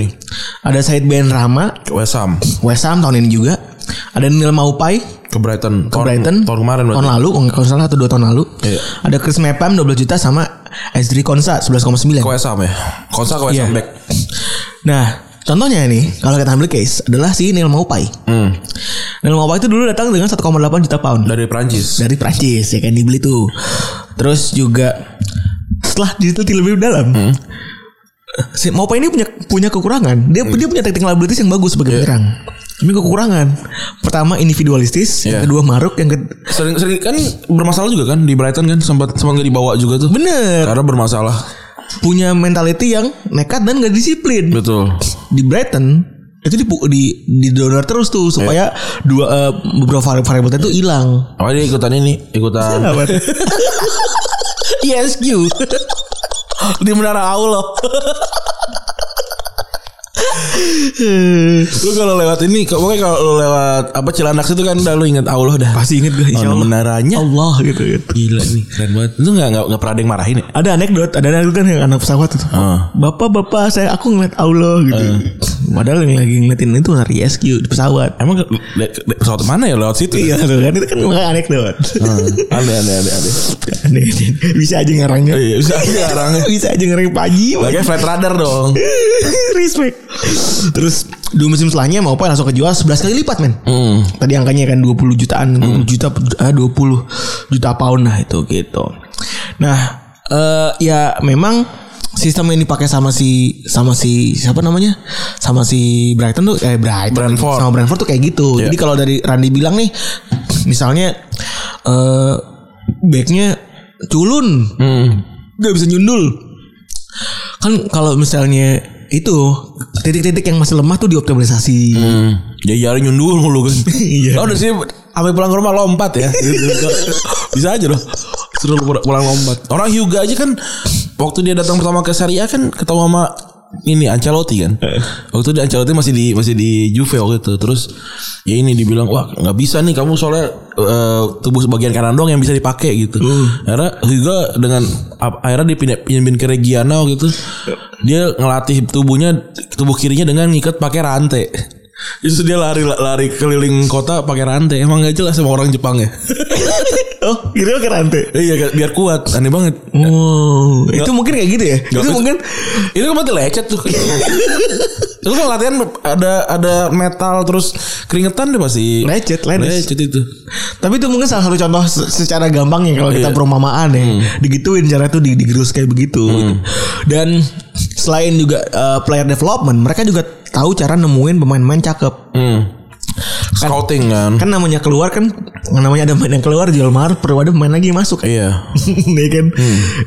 [SPEAKER 2] Ada Said Ben Rama,
[SPEAKER 3] West Ham
[SPEAKER 2] West Ham tahun ini juga. Ada Neil Maupai
[SPEAKER 3] ke Brighton.
[SPEAKER 2] ke Brighton
[SPEAKER 3] tahun kemarin
[SPEAKER 2] tahun
[SPEAKER 3] berarti.
[SPEAKER 2] lalu, oh, nggak kalau salah atau dua tahun lalu.
[SPEAKER 3] Iya.
[SPEAKER 2] Ada Chris Mepam 12 juta sama Ezri Konsa 11,9.
[SPEAKER 3] Ke West Ham ya. Konsa ke West Ham
[SPEAKER 2] Iya.
[SPEAKER 3] back.
[SPEAKER 2] Nah, contohnya nih kalau kita ambil case adalah si Neil Maupai.
[SPEAKER 3] Hmm.
[SPEAKER 2] Neil Maupai itu dulu datang dengan 1,8 juta pound.
[SPEAKER 3] Dari Prancis.
[SPEAKER 2] dari Prancis ya kan dibeli tuh. Terus juga setelah diteliti lebih dalam. Si Mopa ini punya punya kekurangan. Dia dia punya technical abilities yang bagus sebagai penyerang. Tapi kekurangan. Pertama individualistis, yang
[SPEAKER 3] Iya.
[SPEAKER 2] kedua maruk, yang kedua
[SPEAKER 3] sering sering kan bermasalah juga kan di Brighton kan sempat sempat nggak dibawa juga tuh
[SPEAKER 2] bener
[SPEAKER 3] karena bermasalah
[SPEAKER 2] punya mentality yang nekat dan gak disiplin.
[SPEAKER 3] betul
[SPEAKER 2] Di Brighton itu di di, di donor terus tuh supaya dua eh, beberapa vari- variabel itu hilang.
[SPEAKER 3] oh dia ikutan ini ikutan
[SPEAKER 2] ESQ. Iya,
[SPEAKER 3] di menara Allah lu kalau lewat ini kok- pokoknya kalau lu lewat apa Cilandak itu kan udah lu ingat Allah dah.
[SPEAKER 2] Pasti inget gue insya Allah.
[SPEAKER 3] Allah menaranya.
[SPEAKER 2] Allah gitu gitu.
[SPEAKER 3] Gila nih, keren banget. Lu enggak enggak pernah ada yang marahin ya?
[SPEAKER 2] Ada anekdot, ada anekdot kan yang anak pesawat itu.
[SPEAKER 3] Ah.
[SPEAKER 2] Bapak, bapak, saya aku ngeliat Allah gitu.
[SPEAKER 3] Eh.
[SPEAKER 2] Padahal yang lagi ngeliatin itu hari rescue di pesawat.
[SPEAKER 3] Emang ke- le- le- pesawat mana ya lewat situ?
[SPEAKER 2] Iya tuh kan itu kan makanya anekdot.
[SPEAKER 3] Ah. Aneh aneh aneh aneh.
[SPEAKER 2] Aneh, aneh. bisa aja ngarangnya.
[SPEAKER 3] Iya, bisa aja ngarangnya.
[SPEAKER 2] bisa aja ngarang pagi. Pak.
[SPEAKER 3] Lagi flight radar dong.
[SPEAKER 2] Respect. Terus dua musim setelahnya mau apa langsung kejual 11 kali lipat men.
[SPEAKER 3] Hmm.
[SPEAKER 2] Tadi angkanya kan 20 jutaan, 20 juta ah, 20 juta pound lah itu gitu. Nah, eh ya memang sistem yang dipakai sama si sama si siapa namanya? Sama si Brighton tuh eh Brighton
[SPEAKER 3] Brentford.
[SPEAKER 2] sama Brentford tuh kayak gitu.
[SPEAKER 3] Iya.
[SPEAKER 2] Jadi kalau dari Randy bilang nih misalnya eh backnya culun
[SPEAKER 3] Hmm.
[SPEAKER 2] nggak bisa nyundul kan kalau misalnya itu titik-titik yang masih lemah tuh dioptimalisasi
[SPEAKER 3] Hmm. Ya jari nyundul mulu kan.
[SPEAKER 2] Iya.
[SPEAKER 3] Lo udah sih sampai pulang ke rumah lompat ya. Bisa aja loh. Suruh lu pulang- pulang lompat. Orang Hyuga aja kan waktu dia datang pertama ke Serie A kan ketemu sama ini Ancelotti kan. Waktu di Ancelotti masih di masih di Juve waktu itu. Terus ya ini dibilang wah nggak bisa nih kamu soalnya eh, tubuh bagian kanan doang yang bisa dipakai gitu. Akhirnya Hyuga dengan ap- akhirnya dipindah pindahin ke Reggiana waktu itu dia ngelatih tubuhnya tubuh kirinya dengan ngikat pakai rantai. Justru dia lari lari keliling kota pakai rantai. Emang gak jelas sama orang Jepang ya.
[SPEAKER 2] oh kira ke rantai
[SPEAKER 3] iya biar kuat. Aneh banget.
[SPEAKER 2] oh itu mungkin kayak gitu ya itu
[SPEAKER 3] Nggak-
[SPEAKER 2] mungkin
[SPEAKER 3] Itu kan berarti lecet tuh. itu kan latihan ada ada metal terus keringetan deh pasti.
[SPEAKER 2] lecet ledes
[SPEAKER 3] Lecet itu.
[SPEAKER 2] tapi itu mungkin salah satu contoh se- secara gampangnya kalau kita
[SPEAKER 3] Iya.
[SPEAKER 2] perumpamaan ya digituin cara tuh di- digerus kayak begitu gitu. dan selain juga eh, player development mereka juga tahu cara nemuin pemain-pemain cakep
[SPEAKER 3] Hmm. Scouting kan.
[SPEAKER 2] kan namanya keluar kan namanya ada pemain yang keluar jual mahal perlu ada pemain lagi yang masuk
[SPEAKER 3] Iya.
[SPEAKER 2] ya kan?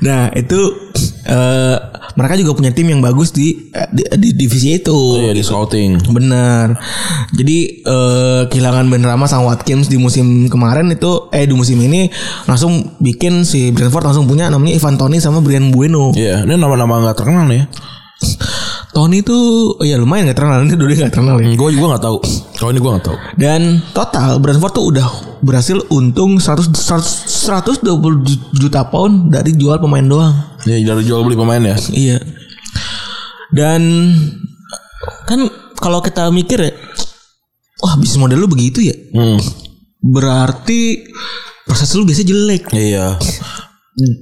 [SPEAKER 2] Nah itu eh, mereka juga punya tim yang bagus di di, di divisi itu.
[SPEAKER 3] Iya di scouting.
[SPEAKER 2] Bener. Jadi eh, kehilangan Benrama sama Watkins di musim kemarin itu eh di musim ini langsung bikin si Brentford langsung punya namanya Ivan Toni sama Brian Bueno.
[SPEAKER 3] Iya, ini nama-nama gak terkenal nih ya.
[SPEAKER 2] Toni tuh ya lumayan gak terkenal ini dulu dia gak terkenal ya.
[SPEAKER 3] Gue juga gak tahu. Kalau ini gue gak tahu.
[SPEAKER 2] Dan total Brentford tuh udah berhasil untung 100, 100 120 juta pound dari jual pemain doang.
[SPEAKER 3] Ya dari jual beli pemain ya.
[SPEAKER 2] Iya. Dan kan kalau kita mikir ya, wah bisnis model lu begitu ya.
[SPEAKER 3] Hmm.
[SPEAKER 2] Berarti proses lu biasanya jelek.
[SPEAKER 3] Iya.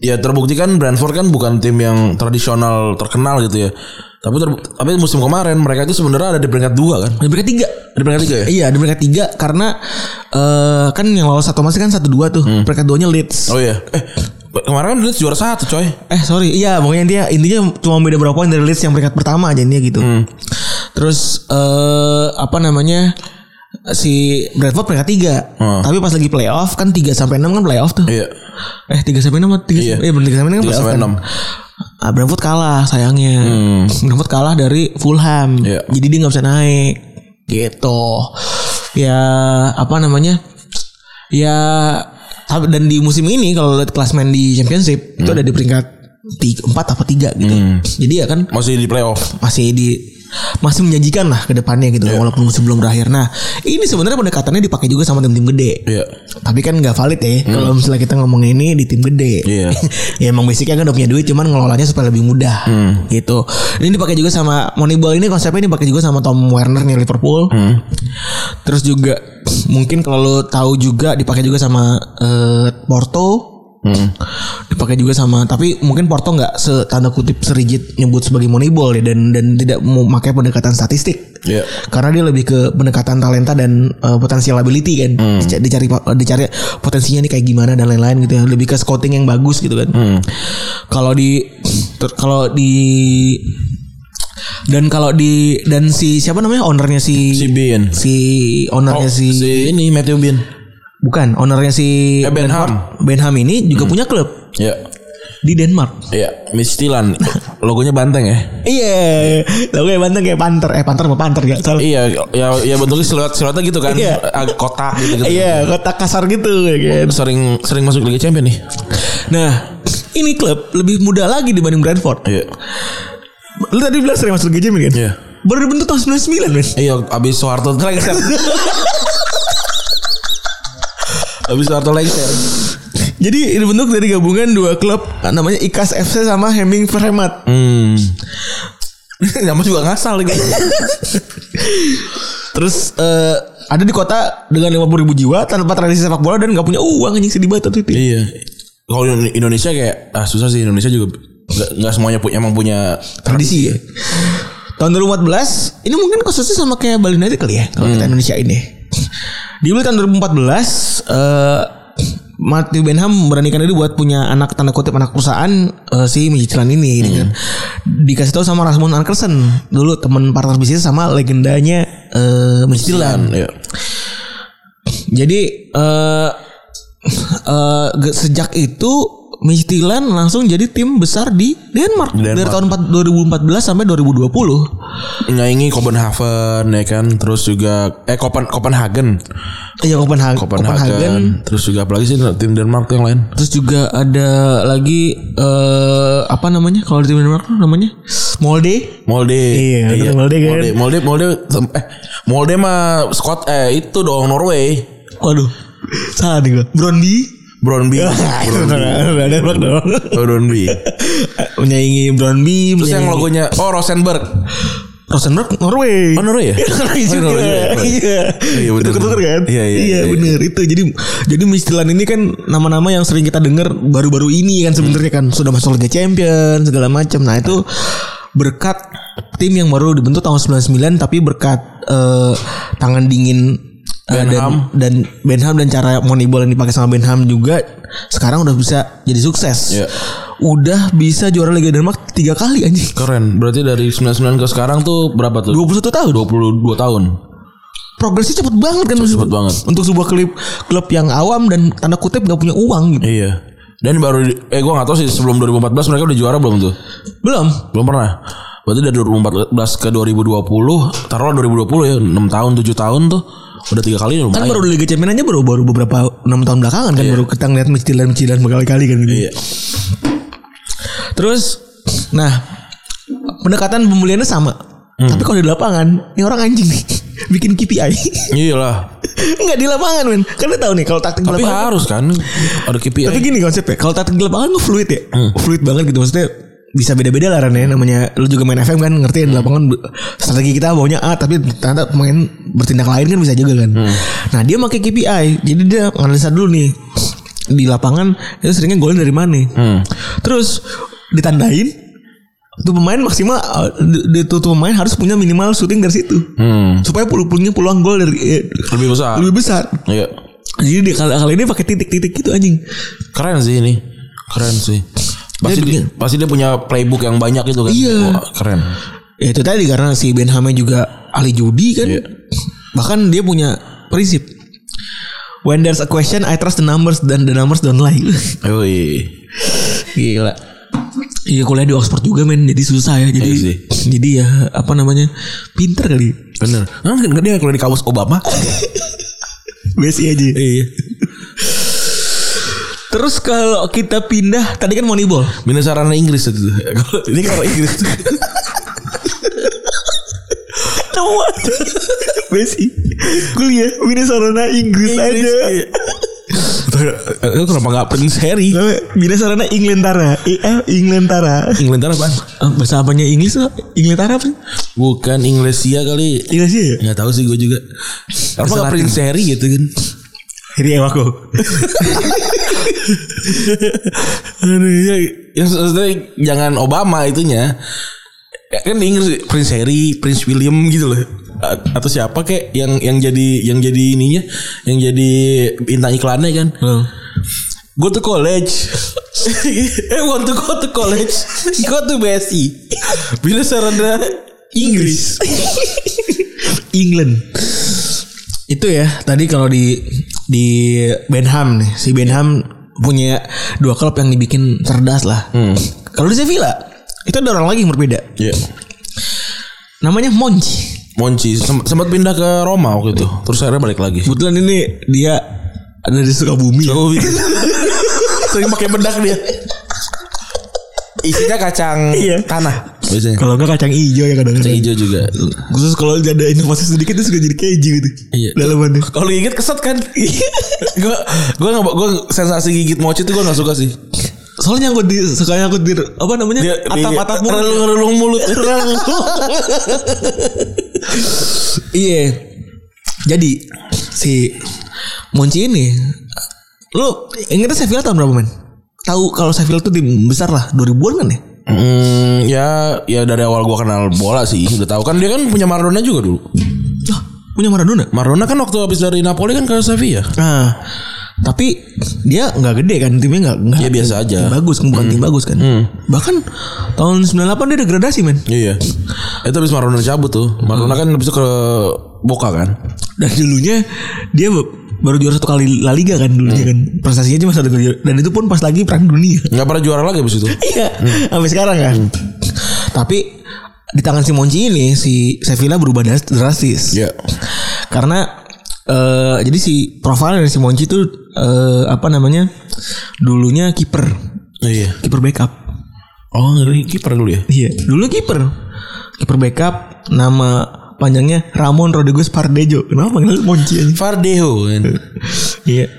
[SPEAKER 3] Ya terbukti kan Brentford kan bukan tim yang tradisional terkenal gitu ya. Tapi terbu- tapi musim kemarin mereka itu sebenarnya ada di peringkat dua kan?
[SPEAKER 2] Di peringkat tiga.
[SPEAKER 3] Di peringkat tiga ya?
[SPEAKER 2] Iya di peringkat tiga karena eh, kan yang lolos satu masih kan satu dua tuh. Peringkat duanya Leeds.
[SPEAKER 3] Oh iya. Eh kemarin kan Leeds juara satu coy.
[SPEAKER 2] Eh sorry, iya pokoknya dia intinya cuma beda berapa poin dari Leeds yang peringkat pertama aja dia gitu. Terus eh apa namanya si Brentford peringkat tiga,
[SPEAKER 3] Hmm.
[SPEAKER 2] tapi pas lagi playoff kan 3 sampai enam kan playoff tuh.
[SPEAKER 3] Iya.
[SPEAKER 2] Eh tiga sampai enam tiga
[SPEAKER 3] Iya.
[SPEAKER 2] eh bener tiga sampai enam kan
[SPEAKER 3] Tiga
[SPEAKER 2] playoff
[SPEAKER 3] sampai
[SPEAKER 2] kan?
[SPEAKER 3] enam. Hmm.
[SPEAKER 2] Ah, Brentford kalah sayangnya. Brentford kalah dari Fulham.
[SPEAKER 3] Iya.
[SPEAKER 2] Jadi dia nggak bisa naik gitu. Ya apa namanya? Ya tapi- dan di musim ini kalau lihat klasmen di
[SPEAKER 3] Hmm.
[SPEAKER 2] Championship itu ada di peringkat 4 empat apa tiga gitu. Jadi ya kan
[SPEAKER 3] Masih di playoff.
[SPEAKER 2] masih di masih menjanjikan lah ke depannya gitu
[SPEAKER 3] Iya.
[SPEAKER 2] loh, walaupun musim belum berakhir. Nah, ini sebenarnya pendekatannya dipakai juga sama tim-tim gede.
[SPEAKER 3] Iya.
[SPEAKER 2] Tapi kan nggak valid ya kalau misalnya kita ngomong ini di tim gede.
[SPEAKER 3] Iya.
[SPEAKER 2] ya emang basicnya kan udah punya duit cuman ngelolanya supaya lebih mudah gitu. Ini dipakai juga sama Moneyball ini konsepnya ini dipakai juga sama Tom Werner nih Liverpool. Terus juga mungkin kalau lo tahu juga dipakai juga sama eh, Porto.
[SPEAKER 3] Hmm,
[SPEAKER 2] Dipakai juga sama tapi mungkin Porto nggak se- tanda kutip serigit nyebut sebagai Moneyball ya dan dan tidak memakai pendekatan statistik
[SPEAKER 3] Iya.
[SPEAKER 2] karena dia lebih ke pendekatan talenta dan uh, potensial ability kan Dica- dicari dicari potensinya nih kayak gimana dan lain-lain gitu ya lebih ke scouting yang bagus gitu kan kalau di ter- kalau di dan kalau di dan si siapa namanya ownernya si
[SPEAKER 3] Si Bean.
[SPEAKER 2] si ownernya si,
[SPEAKER 3] Si ini Matthew Bean.
[SPEAKER 2] bukan ownernya si
[SPEAKER 3] Eh, Benham.
[SPEAKER 2] Benham ini juga punya klub
[SPEAKER 3] Iya.
[SPEAKER 2] di Denmark
[SPEAKER 3] Iya, Mistilan. Logonya banteng ya.
[SPEAKER 2] iya tau gue banteng kayak panter eh panter mau panter gak salah
[SPEAKER 3] Iya, ya ya bentuknya siluet siluetnya gitu kan.
[SPEAKER 2] Iya.
[SPEAKER 3] Ag- Kotak gitu gitu.
[SPEAKER 2] iya kotak kasar gitu ya kan
[SPEAKER 3] Sering sering masuk Liga Champion nih.
[SPEAKER 2] Nah, ini klub lebih muda lagi dibanding Brentford.
[SPEAKER 3] Iya.
[SPEAKER 2] Lu tadi bilang sering masuk ke gym kan?
[SPEAKER 3] Iya.
[SPEAKER 2] Baru dibentuk tahun 99 men.
[SPEAKER 3] Iya, abis Soeharto lengser. abis Soeharto lengser.
[SPEAKER 2] Jadi dibentuk dari gabungan dua klub namanya Ikas FC sama Heming Fermat.
[SPEAKER 3] Hmm. Nama juga ngasal gitu.
[SPEAKER 2] Terus eh, ada di kota dengan 50 ribu jiwa tanpa tradisi sepak bola dan nggak punya uang anjing sedih banget tuh.
[SPEAKER 3] iya. Kalau di Indonesia kayak ah susah sih Indonesia juga nggak nggak semuanya punya emang punya
[SPEAKER 2] tradisi ya. Tahun 2014 ini mungkin khususnya sama kayak Bali United kali ya kalau kita Indonesia ini. Dibeli tahun 2014 eh Matthew Benham memberanikan diri buat punya anak tanda kutip anak perusahaan eh, si Mijitlan ini gitu kan. Dikasih tahu sama Rasmus Ankersen dulu teman partner bisnis sama legendanya eh Mijitlan.
[SPEAKER 3] Iya.
[SPEAKER 2] Jadi eh eh, ge- sejak itu Midtjylland langsung jadi tim besar di Denmark,
[SPEAKER 3] Denmark.
[SPEAKER 2] dari tahun 4 2014 sampai 2020.
[SPEAKER 3] Nyaingi Copenhagen ya kan, terus juga eh Copen Copenhagen.
[SPEAKER 2] Iya Copenhagen,
[SPEAKER 3] Copenhagen.
[SPEAKER 2] Copenhagen.
[SPEAKER 3] Terus juga apalagi sih tim Denmark tuh yang lain?
[SPEAKER 2] Terus juga ada lagi eh apa namanya kalau di tim Denmark tuh namanya Molde.
[SPEAKER 3] Molde.
[SPEAKER 2] Iya, betul, Molde kan.
[SPEAKER 3] Molde, Molde, Molde, tem- eh Molde mah Scott eh itu dong Norway.
[SPEAKER 2] Waduh, salah nih gue. Brondby.
[SPEAKER 3] Brownby.
[SPEAKER 2] Itu ada Denmark dong.
[SPEAKER 3] Brownby.
[SPEAKER 2] Menyaingi Brondby.
[SPEAKER 3] Terus yang logonya oh Rosenberg.
[SPEAKER 2] Rosenborg Norway. Iya,
[SPEAKER 3] Oh Norway ya?
[SPEAKER 2] Norway
[SPEAKER 3] Oh,
[SPEAKER 2] juga.
[SPEAKER 3] Norway juga.
[SPEAKER 2] Iya.
[SPEAKER 3] Iya, bener.
[SPEAKER 2] Ketuker kan?
[SPEAKER 3] Iya, iya, iya.
[SPEAKER 2] bener. Itu jadi jadi Michelin ini kan nama-nama yang sering kita dengar baru-baru ini kan sebenarnya kan sudah masuk Liga Champion segala macam. Nah, itu berkat tim yang baru dibentuk tahun 99 tapi berkat eh, tangan dingin eh,
[SPEAKER 3] Benham.
[SPEAKER 2] dan, dan Benham dan cara Moneyball yang dipakai sama Benham juga sekarang udah bisa jadi sukses.
[SPEAKER 3] Iya.
[SPEAKER 2] Udah bisa juara Liga Denmark tiga kali anjing.
[SPEAKER 3] Keren. Berarti dari 99 ke sekarang tuh berapa tuh?
[SPEAKER 2] 21 tahun.
[SPEAKER 3] 22 tahun.
[SPEAKER 2] progresnya cepet banget kan
[SPEAKER 3] Cepet banget.
[SPEAKER 2] untuk sebuah klub klub yang awam dan tanda kutip nggak punya uang gitu
[SPEAKER 3] Iya. Dan baru di- eh gua nggak tahu sih sebelum 2014 mereka udah juara belum tuh?
[SPEAKER 2] belum
[SPEAKER 3] Belum pernah. Berarti dari 2014 ke 2020, taruhlah 2020 ya, 6 tahun, 7 tahun tuh udah tiga kali lumayan.
[SPEAKER 2] kan baru di Liga Champions aja baru baru beberapa enam tahun belakangan kan baru kita ngeliat mencilan mencilan berkali-kali kan gitu
[SPEAKER 3] Iya.
[SPEAKER 2] terus nah pendekatan pembeliannya sama
[SPEAKER 3] Hmm.
[SPEAKER 2] tapi kalau di lapangan ini orang anjing nih bikin KPI
[SPEAKER 3] Iyalah.
[SPEAKER 2] nggak di lapangan men kan lu tahu nih kalau taktik di
[SPEAKER 3] Tapi
[SPEAKER 2] lapangan
[SPEAKER 3] harus kan ada KPI.
[SPEAKER 2] Tapi gini konsepnya, Iya, kalau taktik di lapangan lu fluid ya, fluid banget gitu maksudnya bisa beda-beda lah Ran, ya namanya lu juga main FM kan ngerti ya, di lapangan be- strategi kita maunya A tapi ternyata pemain bertindak lain kan bisa juga kan. Nah, dia pakai KPI. Jadi dia analisa dulu nih di lapangan itu seringnya golnya dari mana.
[SPEAKER 3] Hmm.
[SPEAKER 2] Terus ditandain tuh pemain maksimal eh, di- di- tuh tuh pemain harus punya minimal shooting dari situ.
[SPEAKER 3] Hmm.
[SPEAKER 2] Supaya pul- punya peluang gol dari eh,
[SPEAKER 3] Lebih besar.
[SPEAKER 2] lebih besar.
[SPEAKER 3] Iya.
[SPEAKER 2] Jadi dia kali, kali ini pakai titik-titik gitu anjing.
[SPEAKER 3] Keren sih ini. Keren sih.
[SPEAKER 2] Dia
[SPEAKER 3] Pasti dia,
[SPEAKER 2] bikin-
[SPEAKER 3] pasti dia punya playbook yang banyak itu kan.
[SPEAKER 2] Iya.
[SPEAKER 3] Wah, keren.
[SPEAKER 2] Ya itu tadi karena si Benhame juga ahli judi kan.
[SPEAKER 3] Iya.
[SPEAKER 2] Bahkan dia punya prinsip. When there's a question, I trust the numbers dan the numbers don't lie.
[SPEAKER 3] Yoi.
[SPEAKER 2] Gila. Iya kuliah di Oxford juga men, jadi susah ya. Jadi
[SPEAKER 3] Iya sih.
[SPEAKER 2] jadi ya apa namanya? Pinter kali.
[SPEAKER 3] Bener. Nah, kan dia kalau di kampus Obama.
[SPEAKER 2] Besi aja. Iya. Terus kalau kita pindah, tadi kan Moneyball.
[SPEAKER 3] Bina sarana Inggris itu. Kalau ini kalau Inggris tuh.
[SPEAKER 2] Semua. Besi. Kuliah Bina Sarana Inggris, iya. aja.
[SPEAKER 3] Itu eh, kenapa nggak Prince Harry?
[SPEAKER 2] Namanya Bina Sarana Inglentara. IL Inglentara.
[SPEAKER 3] England apa?
[SPEAKER 2] Eh, bahasa apanya Inggris tuh? Inglentara apa? sih?
[SPEAKER 3] Bukan Inglesia kali.
[SPEAKER 2] Inggris sih ya?
[SPEAKER 3] Nggak tahu sih gue juga. Kenapa nggak Prince Harry gitu kan?
[SPEAKER 2] Jadi aku.
[SPEAKER 3] Aduh, ya, ya, maksudnya jangan Obama itunya. Ya, kan di Inggris Prince Harry, Prince William gitu loh. A- atau siapa kek yang yang jadi yang jadi ininya, yang jadi bintang iklannya kan.
[SPEAKER 2] Hmm.
[SPEAKER 3] Go to college. I want to go to college. Go to BSI. Bila sarana Inggris.
[SPEAKER 2] England. Itu ya tadi kalau di di Benham nih si Benham punya Ya, dua klub yang dibikin cerdas lah.
[SPEAKER 3] Hmm.
[SPEAKER 2] Kalau di Sevilla itu ada orang lagi yang berbeda.
[SPEAKER 3] Iya.
[SPEAKER 2] Namanya Monchi.
[SPEAKER 3] Monchi sem- sempat pindah ke Roma waktu itu. Terus akhirnya balik lagi.
[SPEAKER 2] Kebetulan ini dia ada di Sukabumi.
[SPEAKER 3] Jokowi. Sering pakai bedak dia. Isinya kacang
[SPEAKER 2] Iya.
[SPEAKER 3] tanah. biasanya.
[SPEAKER 2] Kalau enggak kacang hijau ya
[SPEAKER 3] Kacang
[SPEAKER 2] kadang-kadang.
[SPEAKER 3] hijau juga.
[SPEAKER 2] Khusus kalau ada inovasi sedikit itu suka jadi keju gitu.
[SPEAKER 3] Iya.
[SPEAKER 2] Dalamannya.
[SPEAKER 3] Kalau digigit keset kan. Gue gue nggak gue sensasi gigit mochi tuh gue nggak suka sih.
[SPEAKER 2] Soalnya aku di suka aku di apa namanya? atap-atap
[SPEAKER 3] mulut.
[SPEAKER 2] mulut.
[SPEAKER 3] Relung-relung mulut.
[SPEAKER 2] Iya. Jadi si Monci ini lu ingetnya Sevilla tahun berapa men? Tahu kalau Sevilla tuh tim besar lah 2000-an kan ya?
[SPEAKER 3] Hmm, ya ya dari awal gua kenal bola sih udah tahu kan dia kan punya Maradona juga dulu.
[SPEAKER 2] Hah, punya Maradona.
[SPEAKER 3] Maradona kan waktu habis dari Napoli kan ke Sevilla.
[SPEAKER 2] Nah, tapi dia nggak gede kan timnya nggak nggak
[SPEAKER 3] Ya biasa
[SPEAKER 2] tim
[SPEAKER 3] aja. Hmm.
[SPEAKER 2] bagus kan bukan tim bagus kan. Bahkan tahun 98 dia degradasi men.
[SPEAKER 3] Iya. Itu habis Maradona cabut tuh. Maradona kan habis itu ke Boca kan.
[SPEAKER 2] Dan dulunya dia b- baru juara satu kali La Liga kan
[SPEAKER 3] Hmm.
[SPEAKER 2] dulunya kan. Prestasinya cuma satu kali. juara. Dan itu pun pas lagi perang dunia.
[SPEAKER 3] Nggak pernah juara lagi habis itu.
[SPEAKER 2] Iya,
[SPEAKER 3] Hmm.
[SPEAKER 2] sampai sekarang kan. Tapi di tangan si Monci ini si Sevilla berubah dras- drastis.
[SPEAKER 3] Iya.
[SPEAKER 2] Karena eh, jadi si profil dari si Monci itu eh, apa namanya? Dulunya kiper,
[SPEAKER 3] Iya.
[SPEAKER 2] kiper backup.
[SPEAKER 3] Oh, ngeri kiper dulu ya.
[SPEAKER 2] Iya, dulu kiper. Kiper backup nama panjangnya Ramon Rodriguez Pardejo. Kenapa panggil Monci aja?
[SPEAKER 3] Fardeho kan.
[SPEAKER 2] Iya.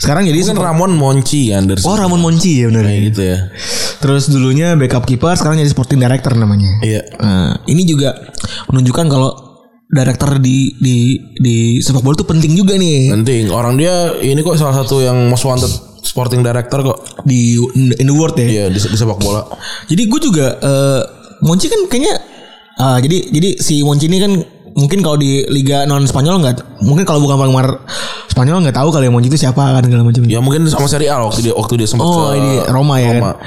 [SPEAKER 2] Sekarang jadi
[SPEAKER 3] Ini kan Ramon Monchi kan dari
[SPEAKER 2] Oh Ramon Monci ya benar.
[SPEAKER 3] Kayak gitu ya.
[SPEAKER 2] Terus dulunya backup kiper, sekarang jadi sporting director namanya.
[SPEAKER 3] Iya.
[SPEAKER 2] Nah, ini juga menunjukkan kalau director di di di sepak bola itu penting juga nih
[SPEAKER 3] Penting orang dia ini kok salah satu yang most wanted sporting director kok.
[SPEAKER 2] di in the world ya.
[SPEAKER 3] Iya, di, di sepak bola.
[SPEAKER 2] Jadi gue juga eh, Monci kan kayaknya ah, jadi jadi si Monci ini kan mungkin kalau di liga non Spanyol nggak mungkin kalau bukan penggemar Spanyol nggak tahu kali ya Monci itu siapa kan segala macam.
[SPEAKER 3] Ya mungkin sama Serie A waktu dia waktu dia sempat
[SPEAKER 2] Oh
[SPEAKER 3] ke
[SPEAKER 2] ini Roma ya. kan?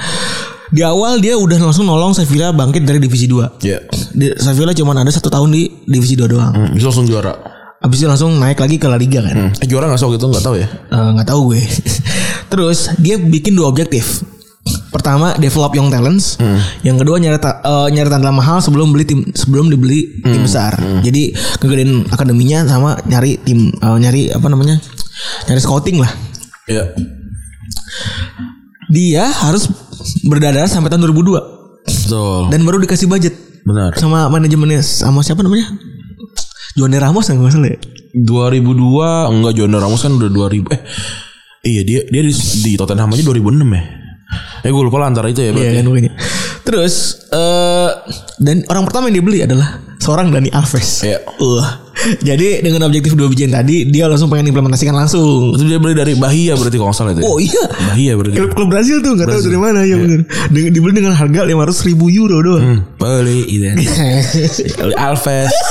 [SPEAKER 2] Di awal dia udah langsung nolong Sevilla bangkit dari divisi 2.
[SPEAKER 3] Iya.
[SPEAKER 2] Di, Sevilla cuma ada satu tahun di divisi 2 doang.
[SPEAKER 3] Hmm, bisa langsung juara.
[SPEAKER 2] Abis itu langsung naik lagi ke La Liga kan.
[SPEAKER 3] Hmm. Eh, juara nggak sih waktu itu nggak tahu ya.
[SPEAKER 2] Eh, nggak tahu gue. Terus dia bikin dua objektif. Pertama develop young talents, yang kedua nyari ta- eh, nyari tanda mahal sebelum beli tim sebelum dibeli tim besar. Jadi kegedean akademinya sama nyari tim eh, nyari apa namanya? nyari scouting lah.
[SPEAKER 3] Iya.
[SPEAKER 2] Dia harus berdarah sampai tahun 2002
[SPEAKER 3] Betul.
[SPEAKER 2] dan baru dikasih budget
[SPEAKER 3] Benar.
[SPEAKER 2] sama manajemennya sama siapa namanya? Johnny Ramos nggak masalah ya?
[SPEAKER 3] 2002 enggak John Ramos kan udah 2000 eh iya dia dia di, di Tottenham aja 2006 ya. Eh gue lupa lah antara itu ya
[SPEAKER 2] Iya
[SPEAKER 3] berarti.
[SPEAKER 2] kan pokoknya. Terus eh dan orang pertama yang dibeli adalah seorang Dani Alves.
[SPEAKER 3] Iya.
[SPEAKER 2] Wah. Jadi dengan objektif dua bijian tadi dia langsung pengen implementasikan langsung.
[SPEAKER 3] Itu dia beli dari Bahia berarti kalau nggak salah itu. ya.
[SPEAKER 2] Oh iya.
[SPEAKER 3] Bahia berarti.
[SPEAKER 2] Klub-klub Brazil tuh nggak tahu dari mana
[SPEAKER 3] Iya.
[SPEAKER 2] ya bener. Dengan- dibeli dengan harga 500 ribu euro doang.
[SPEAKER 3] Beli gitu. Beli Alves.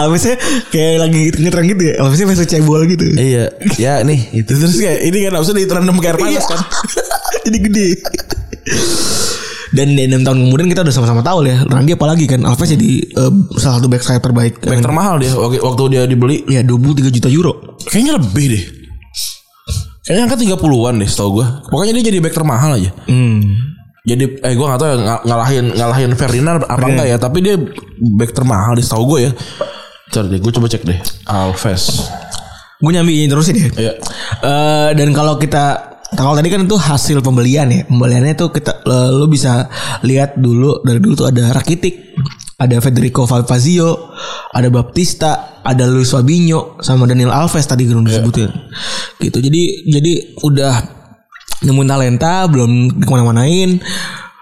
[SPEAKER 2] Alvesnya kayak lagi ngetrend gitu ya. Alvesnya masuk cebol gitu.
[SPEAKER 3] Iya, ya nih itu terus kayak ini kan harusnya diterendam ke air panas kan.
[SPEAKER 2] Jadi gede. Dan di 6 tahun kemudian kita udah sama-sama tahu ya. Randy apalagi kan Alves jadi eh, salah satu back sayap terbaik.
[SPEAKER 3] Back termahal dia waktu waktu dia dibeli
[SPEAKER 2] Ya 23 juta euro.
[SPEAKER 3] Iya, kayaknya lebih deh. Kayaknya angka 30-an deh setahu gua. Pokoknya dia jadi back termahal aja.
[SPEAKER 2] Hmm.
[SPEAKER 3] Jadi eh gua nggak tahu ya ng- ngalahin ngalahin Ferdinand apa enggak ya, tapi dia back termahal di setahu gua ya. Bentar deh, gua coba cek deh. Alves.
[SPEAKER 2] Gue nyambi terusin ya.
[SPEAKER 3] Iya.
[SPEAKER 2] Eh, dan kalau kita kalau tadi kan itu hasil pembelian ya. Pembeliannya itu kita eh, lu bisa lihat dulu dari dulu tuh ada Rakitic, ada Federico Valpazio, ada Baptista, ada Luis Fabinho sama Daniel Alves tadi kan udah disebutin. Gitu. Jadi jadi udah nemuin talenta belum kemana-manain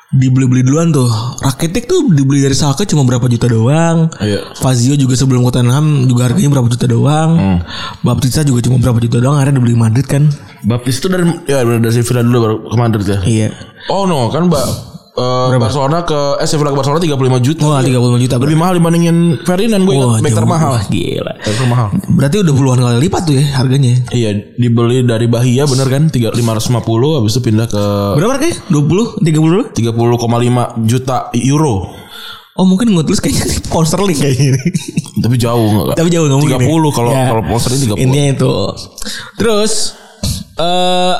[SPEAKER 2] dibeli-beli duluan tuh Rakitic tuh dibeli dari Salke cuma berapa juta doang
[SPEAKER 3] Iya.
[SPEAKER 2] Fazio juga sebelum ke Tottenham juga harganya berapa juta doang. Baptista juga cuma berapa juta doang akhirnya dibeli Madrid kan.
[SPEAKER 3] Baptiste itu dari ya dari Sevilla dulu baru ke Madrid ya.
[SPEAKER 2] Iya.
[SPEAKER 3] Oh no, kan Mbak eh, Barcelona ke eh Sevilla ke Barcelona 35 juta.
[SPEAKER 2] Wah, 35 juta
[SPEAKER 3] Lebih mahal dibandingin Ferdinand gue
[SPEAKER 2] Wah,
[SPEAKER 3] ingat back
[SPEAKER 2] jauh.
[SPEAKER 3] termahal.
[SPEAKER 2] Wah, Gila.
[SPEAKER 3] Back termahal.
[SPEAKER 2] Berarti udah puluhan kali lipat tuh ya harganya.
[SPEAKER 3] Iya, dibeli dari Bahia bener kan? 3 550 habis itu pindah ke
[SPEAKER 2] Berapa harganya? 20, 30?
[SPEAKER 3] 30,5 juta euro.
[SPEAKER 2] Oh, mungkin ngutus kayaknya nih pound sterling kayaknya ini.
[SPEAKER 3] Tapi jauh enggak?
[SPEAKER 2] Tapi jauh nggak mungkin ya.
[SPEAKER 3] 30 kalau
[SPEAKER 2] Ya.
[SPEAKER 3] kalau posternya 30.
[SPEAKER 2] Intinya itu. Terus eh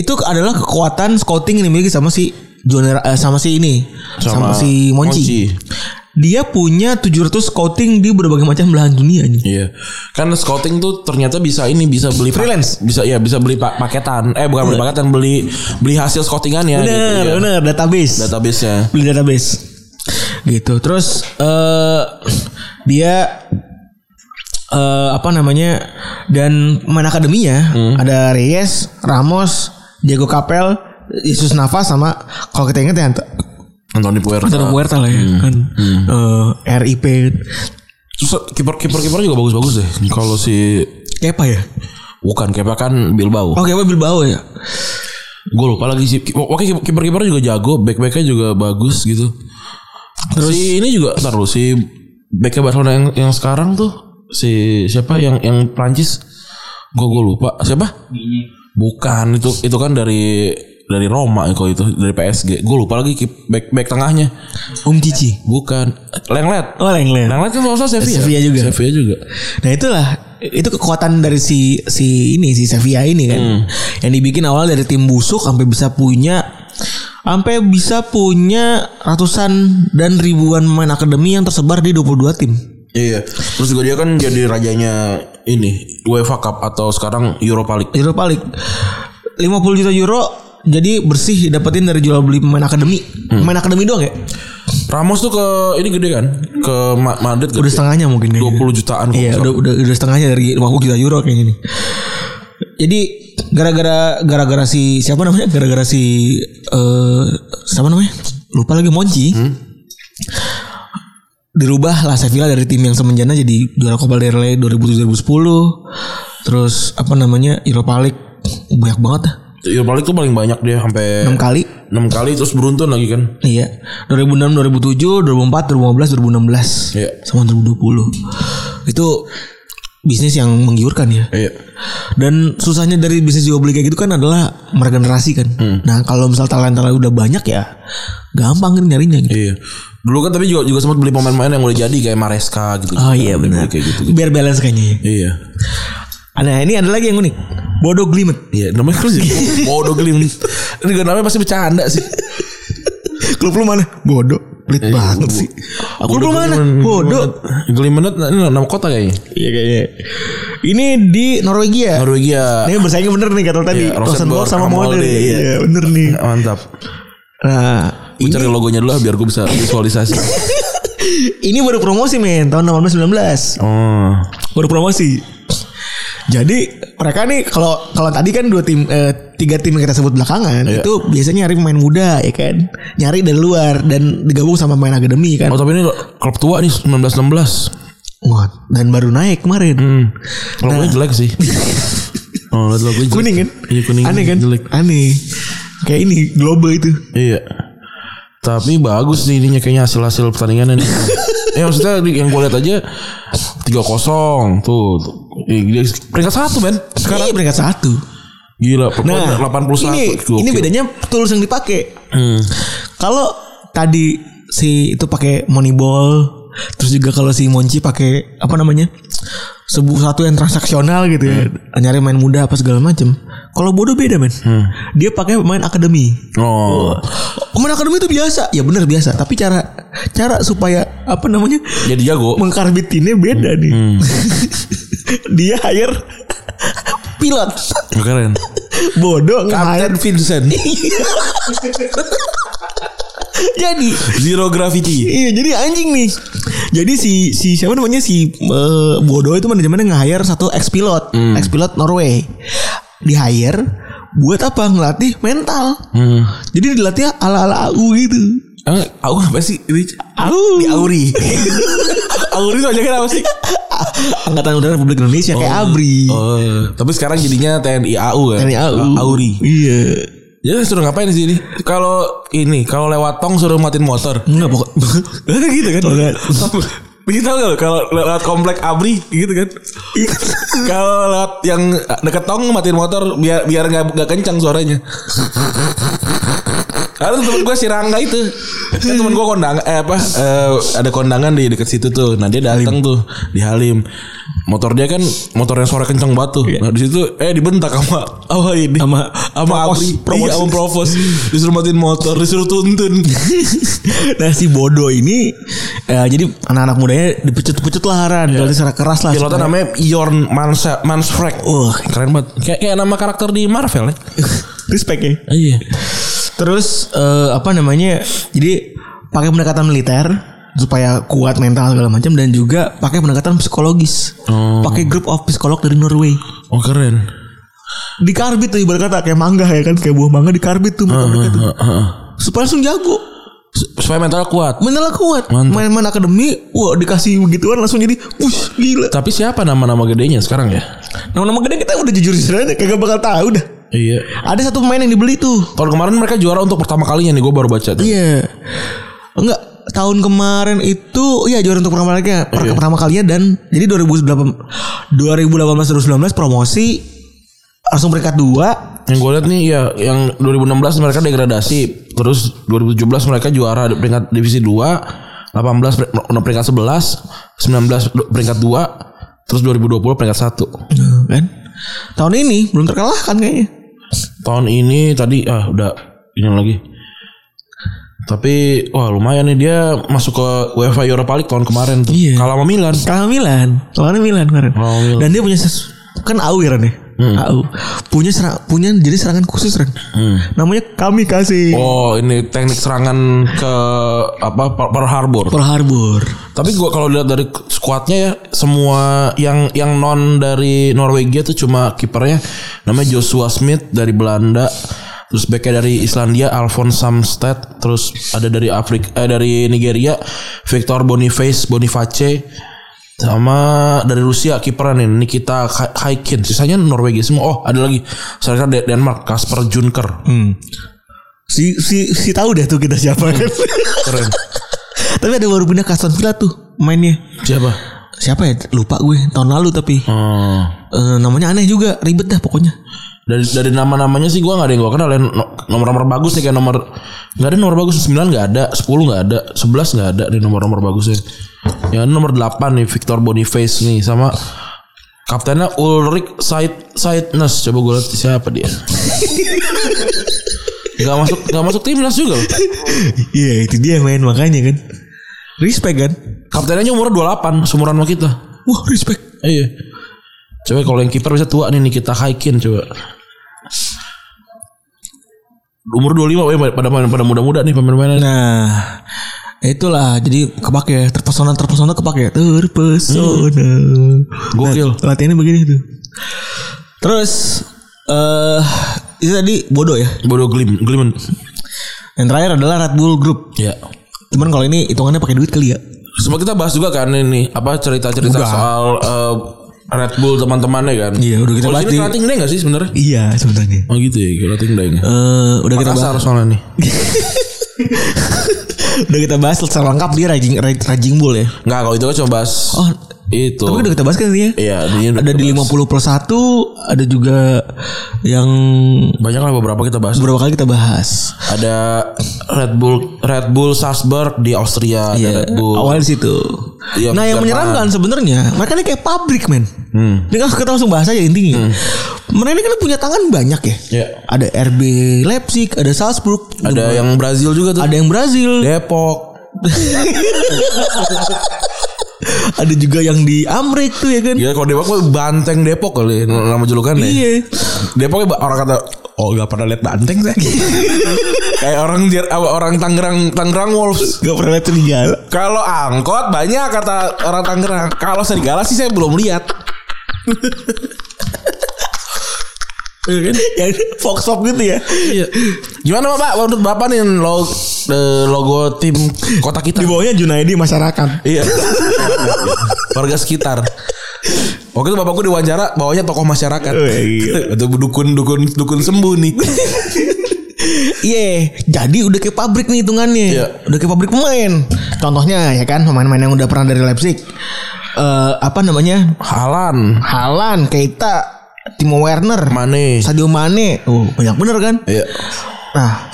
[SPEAKER 2] itu adalah kekuatan scouting yang dimiliki sama si Joner eh, sama si ini sama,
[SPEAKER 3] Sama
[SPEAKER 2] si Monchi.
[SPEAKER 3] Monchi.
[SPEAKER 2] dia punya 700 scouting di berbagai macam belahan dunia anjing.
[SPEAKER 3] Iya. Kan scouting tuh ternyata bisa ini bisa beli pak-
[SPEAKER 2] Freelance.
[SPEAKER 3] bisa ya bisa beli pak- paketan. Eh bukan beli paketan, beli beli hasil scoutingannya
[SPEAKER 2] Bener,
[SPEAKER 3] gitu. iya.
[SPEAKER 2] bener, database.
[SPEAKER 3] Database-nya.
[SPEAKER 2] Beli database. Gitu. Terus eh dia eh apa namanya? Dan pemain akademinya ada Reyes, Ramos, Diego Capel, Yesus Navas sama kalau kita ingat ya Ant-
[SPEAKER 3] Anthony Puerta.
[SPEAKER 2] Antonio Puerta lah ya kan. Eh, RIP
[SPEAKER 3] Terus kiper kiper kiper juga bagus-bagus deh. Kalau si
[SPEAKER 2] Kepa ya?
[SPEAKER 3] bukan Kepa kan Bilbao.
[SPEAKER 2] Oh Kepa Bilbao ya?
[SPEAKER 3] Gue lupa lagi sih. Oke kiper kiper juga jago, back backnya juga bagus gitu. Terus si ini juga ntar lu si backnya Barcelona yang yang sekarang tuh si siapa yang yang Prancis? Gue gue lupa siapa? Bukan itu itu kan dari dari Roma ya kalau itu dari PSG. Gue lupa lagi kip- back back tengahnya.
[SPEAKER 2] Om Cici.
[SPEAKER 3] Bukan Lenglet.
[SPEAKER 2] Oh Lenglet.
[SPEAKER 3] Lenglet kan kalau Sevilla.
[SPEAKER 2] Sevilla juga.
[SPEAKER 3] Sevilla juga.
[SPEAKER 2] Nah itulah itu kekuatan dari si si ini si Sevilla ini kan yang dibikin awal dari tim busuk sampai bisa punya sampai bisa punya ratusan dan ribuan pemain akademi yang tersebar di 22 tim.
[SPEAKER 3] Iya. Terus juga dia kan jadi rajanya ini UEFA Cup atau sekarang Europa League.
[SPEAKER 2] Europa League 50 juta euro jadi bersih dapetin dari jual beli pemain akademi. Pemain akademi doang ya?
[SPEAKER 3] Ramos tuh ke ini gede kan? Ke Ma- Madrid gede.
[SPEAKER 2] Udah setengahnya mungkin ya. kayaknya.
[SPEAKER 3] 20 jutaan kok.
[SPEAKER 2] Iya, udah, udah udah setengahnya dari 50 juta euro kayaknya nih. Jadi gara-gara gara-gara si siapa namanya? Gara-gara si eh siapa namanya? Lupa lagi Monci. Dirubah lah Sevilla dari tim yang semenjana jadi juara Copa del Rey 2010. Terus apa namanya? Europa League banyak banget dah.
[SPEAKER 3] Europa League tuh paling banyak dia sampai
[SPEAKER 2] 6 kali.
[SPEAKER 3] 6 kali terus beruntun lagi kan.
[SPEAKER 2] Iya. 2006, 2007, 2004, 2015, 2016.
[SPEAKER 3] Iya.
[SPEAKER 2] Sama 2020. Itu bisnis yang menggiurkan ya.
[SPEAKER 3] Iya.
[SPEAKER 2] Dan susahnya dari bisnis jual beli kayak gitu kan adalah meregenerasi kan. Nah kalau misal talenta udah banyak ya, gampang kan nyarinya gitu.
[SPEAKER 3] Iya. Dulu kan tapi juga juga sempat beli pemain-pemain yang udah jadi kayak Maresca gitu.
[SPEAKER 2] Oh iya benar.
[SPEAKER 3] Kayak gitu.
[SPEAKER 2] Biar balance kayaknya.
[SPEAKER 3] Iya.
[SPEAKER 2] Nah ini ada lagi yang unik. Bodoh glimet.
[SPEAKER 3] Iya, namanya kan sih. Bodoh gelim. Ini juga namanya pasti bercanda sih.
[SPEAKER 2] Klub lu mana? Bodoh. Pelit banget sih. Aku lu mana? Bodoh.
[SPEAKER 3] Gelimenet nah, ini nama kota kayaknya.
[SPEAKER 2] Iya kayaknya. Ini di Norwegia.
[SPEAKER 3] Norwegia.
[SPEAKER 2] Ini bersaingnya bener nih kata lu tadi.
[SPEAKER 3] Iya,
[SPEAKER 2] Rosenborg
[SPEAKER 3] Rosenborg
[SPEAKER 2] sama
[SPEAKER 3] sama
[SPEAKER 2] Molde.
[SPEAKER 3] Molde, iya.
[SPEAKER 2] Iya bener nih.
[SPEAKER 3] Mantap.
[SPEAKER 2] Nah
[SPEAKER 3] Gue cari logonya dulu lah biar gue bisa visualisasi.
[SPEAKER 2] ini baru promosi men tahun 18-19.
[SPEAKER 3] oh.
[SPEAKER 2] baru promosi. Jadi mereka nih kalau kalau tadi kan dua tim eh, tiga tim yang kita sebut belakangan
[SPEAKER 3] Iya.
[SPEAKER 2] itu biasanya nyari pemain muda ya kan. Nyari dari luar dan digabung sama pemain akademi kan.
[SPEAKER 3] Oh tapi ini klub tua nih 1916.
[SPEAKER 2] Wah, dan baru naik kemarin.
[SPEAKER 3] Hmm. Logonya jelek sih. oh, liat logonya jelek.
[SPEAKER 2] Kuning kan?
[SPEAKER 3] Iya kuning.
[SPEAKER 2] Aneh kan?
[SPEAKER 3] Jelek.
[SPEAKER 2] Aneh. Kayak ini globe itu.
[SPEAKER 3] Iya. Tapi bagus sih ininya kayaknya hasil-hasil pertandingannya nih. Eh maksudnya di- yang gue lihat aja 3-0 tuh. tuh. Ih, dia Peringkat satu men.
[SPEAKER 2] Sekarang
[SPEAKER 3] Iya.
[SPEAKER 2] peringkat satu.
[SPEAKER 3] Gila, perempuan
[SPEAKER 2] Nah,
[SPEAKER 3] 81.
[SPEAKER 2] ini ini
[SPEAKER 3] Gokil.
[SPEAKER 2] bedanya tools yang dipakai. Kalau tadi si itu pakai Moneyball, terus juga kalau si Monci pakai apa namanya? sebuah satu yang transaksional gitu ya. Nyari main muda apa segala macem Kalau bodoh beda, men. Dia pakai pemain akademi.
[SPEAKER 3] Oh.
[SPEAKER 2] Pemain akademi itu biasa. Ya benar biasa, tapi cara cara supaya apa namanya?
[SPEAKER 3] Jadi ya jago.
[SPEAKER 2] mengkarbitinnya beda nih. Dia hire pilot.
[SPEAKER 3] Keren.
[SPEAKER 2] Bodoh nge-hire
[SPEAKER 3] Kapten Vincent.
[SPEAKER 2] jadi
[SPEAKER 3] Zero gravity.
[SPEAKER 2] iya jadi anjing nih jadi si si siapa namanya si eh, bodoh itu manajemennya nge-hire satu ex pilot ex pilot Norway di hire buat apa ngelatih mental
[SPEAKER 3] Hmm.
[SPEAKER 2] jadi dilatih ala ala AU gitu
[SPEAKER 3] Eh, aku apa sih? Ini-
[SPEAKER 2] AU di Auri
[SPEAKER 3] Auri itu aja kan apa sih?
[SPEAKER 2] Angkatan Udara Republik Indonesia kayak ABRI
[SPEAKER 3] Oh, tapi sekarang jadinya TNI AU kan?
[SPEAKER 2] TNI AU.
[SPEAKER 3] Auri.
[SPEAKER 2] iya
[SPEAKER 3] Jadi Ya, suruh ngapain di sini? Kalau ini, kalau lewat tong suruh matiin motor.
[SPEAKER 2] enggak pokok
[SPEAKER 3] Ada gitu kan?
[SPEAKER 2] Ada.
[SPEAKER 3] Tapi tahu gak lo kalau lewat komplek Abri gitu kan? kalau lewat yang deket tong matiin motor biar biar nggak nggak kencang suaranya. Ada tuh temen gue si Rangga itu Kan temen gue kondang eh apa eh, Ada kondangan di deket situ tuh Nah dia datang tuh Di Halim Motor dia kan Motor yang suara kenceng banget tuh Nah disitu Eh dibentak sama Sama ini
[SPEAKER 2] Sama-
[SPEAKER 3] Sama
[SPEAKER 2] Provos.
[SPEAKER 3] Abri
[SPEAKER 2] Provos.
[SPEAKER 3] Iya sama Provos Disuruh matiin motor Disuruh tuntun
[SPEAKER 2] nah si bodoh ini Ya, jadi anak-anak mudanya dipecut-pecut lah Haran. Berarti secara keras lah.
[SPEAKER 3] Pilotnya
[SPEAKER 2] supaya-
[SPEAKER 3] namanya Iorn Mansa, Mansfrek.
[SPEAKER 2] Wah,
[SPEAKER 3] Keren banget. Kayak, kayak nama karakter di Marvel ya.
[SPEAKER 2] respect ya.
[SPEAKER 3] Iya.
[SPEAKER 2] Terus eh, apa namanya? Jadi pakai pendekatan militer supaya kuat mental segala macam dan juga pakai pendekatan psikologis.
[SPEAKER 3] Oh.
[SPEAKER 2] Pakai group of psikolog dari Norway.
[SPEAKER 3] Oh keren.
[SPEAKER 2] Dikarbit tuh ibarat kata kayak mangga ya kan kayak buah mangga dikarbit tuh mereka mereka tuh.
[SPEAKER 3] Heeh, heeh.
[SPEAKER 2] Supaya langsung jago.
[SPEAKER 3] Sup- Gitu. Supaya mental kuat.
[SPEAKER 2] Mentalnya kuat.
[SPEAKER 3] Mantap.
[SPEAKER 2] Main-main akademi, wah dikasih begituan langsung jadi push gila.
[SPEAKER 3] Tapi siapa nama-nama gedenya sekarang ya?
[SPEAKER 2] Nama-nama gede kita udah jujur jujur aja kagak bakal tahu dah.
[SPEAKER 3] Iya.
[SPEAKER 2] Ada satu pemain yang dibeli tuh.
[SPEAKER 3] Tahun kemarin mereka juara untuk pertama kalinya nih gue baru baca tuh.
[SPEAKER 2] Iya. Enggak tahun kemarin itu ya juara untuk pertama kalinya, per- pertama kalinya dan jadi 2018 2018 2019 promosi langsung peringkat 2
[SPEAKER 3] Yang gue lihat nih ya yang 2016 mereka degradasi, terus 2017 mereka juara di peringkat divisi 2, 18 peri- no, peringkat 11, 19 do- peringkat 2, terus 2020 peringkat 1.
[SPEAKER 2] kan. Tahun ini belum terkalahkan kayaknya.
[SPEAKER 3] Tahun ini tadi ah udah ini lagi. Tapi wah lumayan nih dia masuk ke UEFA Europa League tahun kemarin tuh.
[SPEAKER 2] Iya.
[SPEAKER 3] Kalah sama Milan.
[SPEAKER 2] Kalah Milan. Lawan Milan kemarin.
[SPEAKER 3] Lawan Milan.
[SPEAKER 2] Dan dia punya ses- kan AU ya Ren ya? AU. Punya serang, punya jadi serangan khusus Ren. Namanya kami kasih
[SPEAKER 3] Oh, ini teknik serangan ke apa Pearl Harbor.
[SPEAKER 2] Pearl Harbor.
[SPEAKER 3] Tapi gua kalau lihat dari skuadnya ya semua yang yang non dari Norwegia tuh cuma kipernya namanya Joshua Smith dari Belanda, terus backnya dari Islandia Alphonse Samstedt, terus ada dari Afrika eh, dari Nigeria Victor Boniface Boniface sama dari Rusia kipernya nih Nikita Ka- Kaikin. Sisanya Norwegia semua. Oh, ada lagi striker De- Denmark Kasper Junker.
[SPEAKER 2] Hmm. Si si si tahu deh tuh kita siapa kan.
[SPEAKER 3] Keren.
[SPEAKER 2] Tapi ada baru pindah ke Aston Villa tuh mainnya.
[SPEAKER 3] Siapa?
[SPEAKER 2] Siapa ya? Lupa gue tahun lalu tapi
[SPEAKER 3] Hmm.
[SPEAKER 2] Eh, namanya aneh juga ribet dah pokoknya.
[SPEAKER 3] dari dari nama-namanya sih gua nggak ada yang gua kenal yang no- nomor-nomor bagus nih kayak nomor nggak ada nomor bagus 9 nggak ada 10 nggak ada 11 nggak ada di nomor-nomor bagusnya yang ada nomor 8 nih Victor Boniface nih sama kaptennya Ulrich Said Saidnes coba gua lihat siapa dia Gak masuk gak masuk timnas juga loh.
[SPEAKER 2] Iya itu dia main makanya kan. Respect kan?
[SPEAKER 3] Kaptennya aja umurnya 28 seumuran sama kita
[SPEAKER 2] Wah respect.
[SPEAKER 3] Iya Coba kalau yang kiper bisa tua nih Nikita Haikin coba Umur 25 eh, pada pada muda-muda nih pemain-pemainnya
[SPEAKER 2] Nah itulah jadi kepake ya, terpesona terpesona kepake ya. terpesona.
[SPEAKER 3] Gokil.
[SPEAKER 2] Nah, latihannya begini tuh. Terus eh itu tadi bodoh ya.
[SPEAKER 3] Bodo Glim, Glimen.
[SPEAKER 2] Yang terakhir adalah Red Bull Group.
[SPEAKER 3] Ya.
[SPEAKER 2] Cuman kalau ini hitungannya pakai duit kali ya.
[SPEAKER 3] Semua kita bahas juga kan ini apa cerita-cerita
[SPEAKER 2] Udah.
[SPEAKER 3] soal eh, Red Bull teman-temannya kan.
[SPEAKER 2] Iya, udah kita
[SPEAKER 3] Kalau
[SPEAKER 2] bahas
[SPEAKER 3] sini
[SPEAKER 2] di-
[SPEAKER 3] Krating Day nggak sih sebenarnya?
[SPEAKER 2] Iya sebenarnya.
[SPEAKER 3] Oh gitu ya, Krating Day.
[SPEAKER 2] Eh udah kita bahas.
[SPEAKER 3] Makassar soalnya nih.
[SPEAKER 2] udah kita bahas secara lengkap dia rajing raj- rajing bull ya.
[SPEAKER 3] Enggak, kalau itu kan cuma bahas
[SPEAKER 2] Oh,
[SPEAKER 3] itu.
[SPEAKER 2] Tapi udah kita bahas kan ini ya.
[SPEAKER 3] Iya, ini udah
[SPEAKER 2] Ada
[SPEAKER 3] kita
[SPEAKER 2] di
[SPEAKER 3] bahas.
[SPEAKER 2] 50 plus 1 Ada juga Yang
[SPEAKER 3] Banyak lah beberapa kita bahas.
[SPEAKER 2] Beberapa kali kita bahas
[SPEAKER 3] Ada Red Bull Red Bull Salzburg di Austria, ada
[SPEAKER 2] Iya
[SPEAKER 3] Red Bull.
[SPEAKER 2] Awalnya di situ
[SPEAKER 3] Iya,
[SPEAKER 2] Nah yang
[SPEAKER 3] Jerman.
[SPEAKER 2] menyeramkan sebenarnya Mereka ini kayak pabrik men
[SPEAKER 3] Hmm.
[SPEAKER 2] Ini kan kita langsung bahas aja intinya Mereka ini kan punya tangan banyak ya
[SPEAKER 3] Iya.
[SPEAKER 2] Ada RB Leipzig Ada Salzburg
[SPEAKER 3] Ada yang Iya. Brazil juga tuh.
[SPEAKER 2] Ada yang Brazil
[SPEAKER 3] Depok.
[SPEAKER 2] Ada juga yang di Amrik tuh ya kan
[SPEAKER 3] Gila Iya, kalau Depok mah banteng Depok kali nama julukannya.
[SPEAKER 2] Iya
[SPEAKER 3] Depoknya ba- ya, orang kata oh gak pernah lihat banteng saya. Kayak orang Jer- apa, orang Tangerang Tangerang Wolves.
[SPEAKER 2] Gak pernah lihat serigala
[SPEAKER 3] Kalau angkot banyak kata orang Tangerang. Kalau serigala sih saya belum lihat.
[SPEAKER 2] Iya kan? Yang fox shop gitu ya
[SPEAKER 3] Iya. Gimana Pak? Menurut Bapak nih logo, logo tim kota kita?
[SPEAKER 2] Di bawahnya Junaidi masyarakat
[SPEAKER 3] Iya. Warga sekitar. Waktu itu bapakku diwawancara bawahnya tokoh masyarakat.
[SPEAKER 2] Oh, iya.
[SPEAKER 3] Itu dukun dukun dukun sembuh nih.
[SPEAKER 2] Iya, jadi udah kayak pabrik nih hitungannya.
[SPEAKER 3] Iya.
[SPEAKER 2] Udah kayak pabrik pemain. Contohnya ya kan pemain-pemain yang udah pernah dari Leipzig. Eh, apa namanya?
[SPEAKER 3] Halan,
[SPEAKER 2] Halan, Keita, Timo Werner,
[SPEAKER 3] Mane.
[SPEAKER 2] Sadio Mane. Oh, banyak bener kan?
[SPEAKER 3] Iya.
[SPEAKER 2] Nah,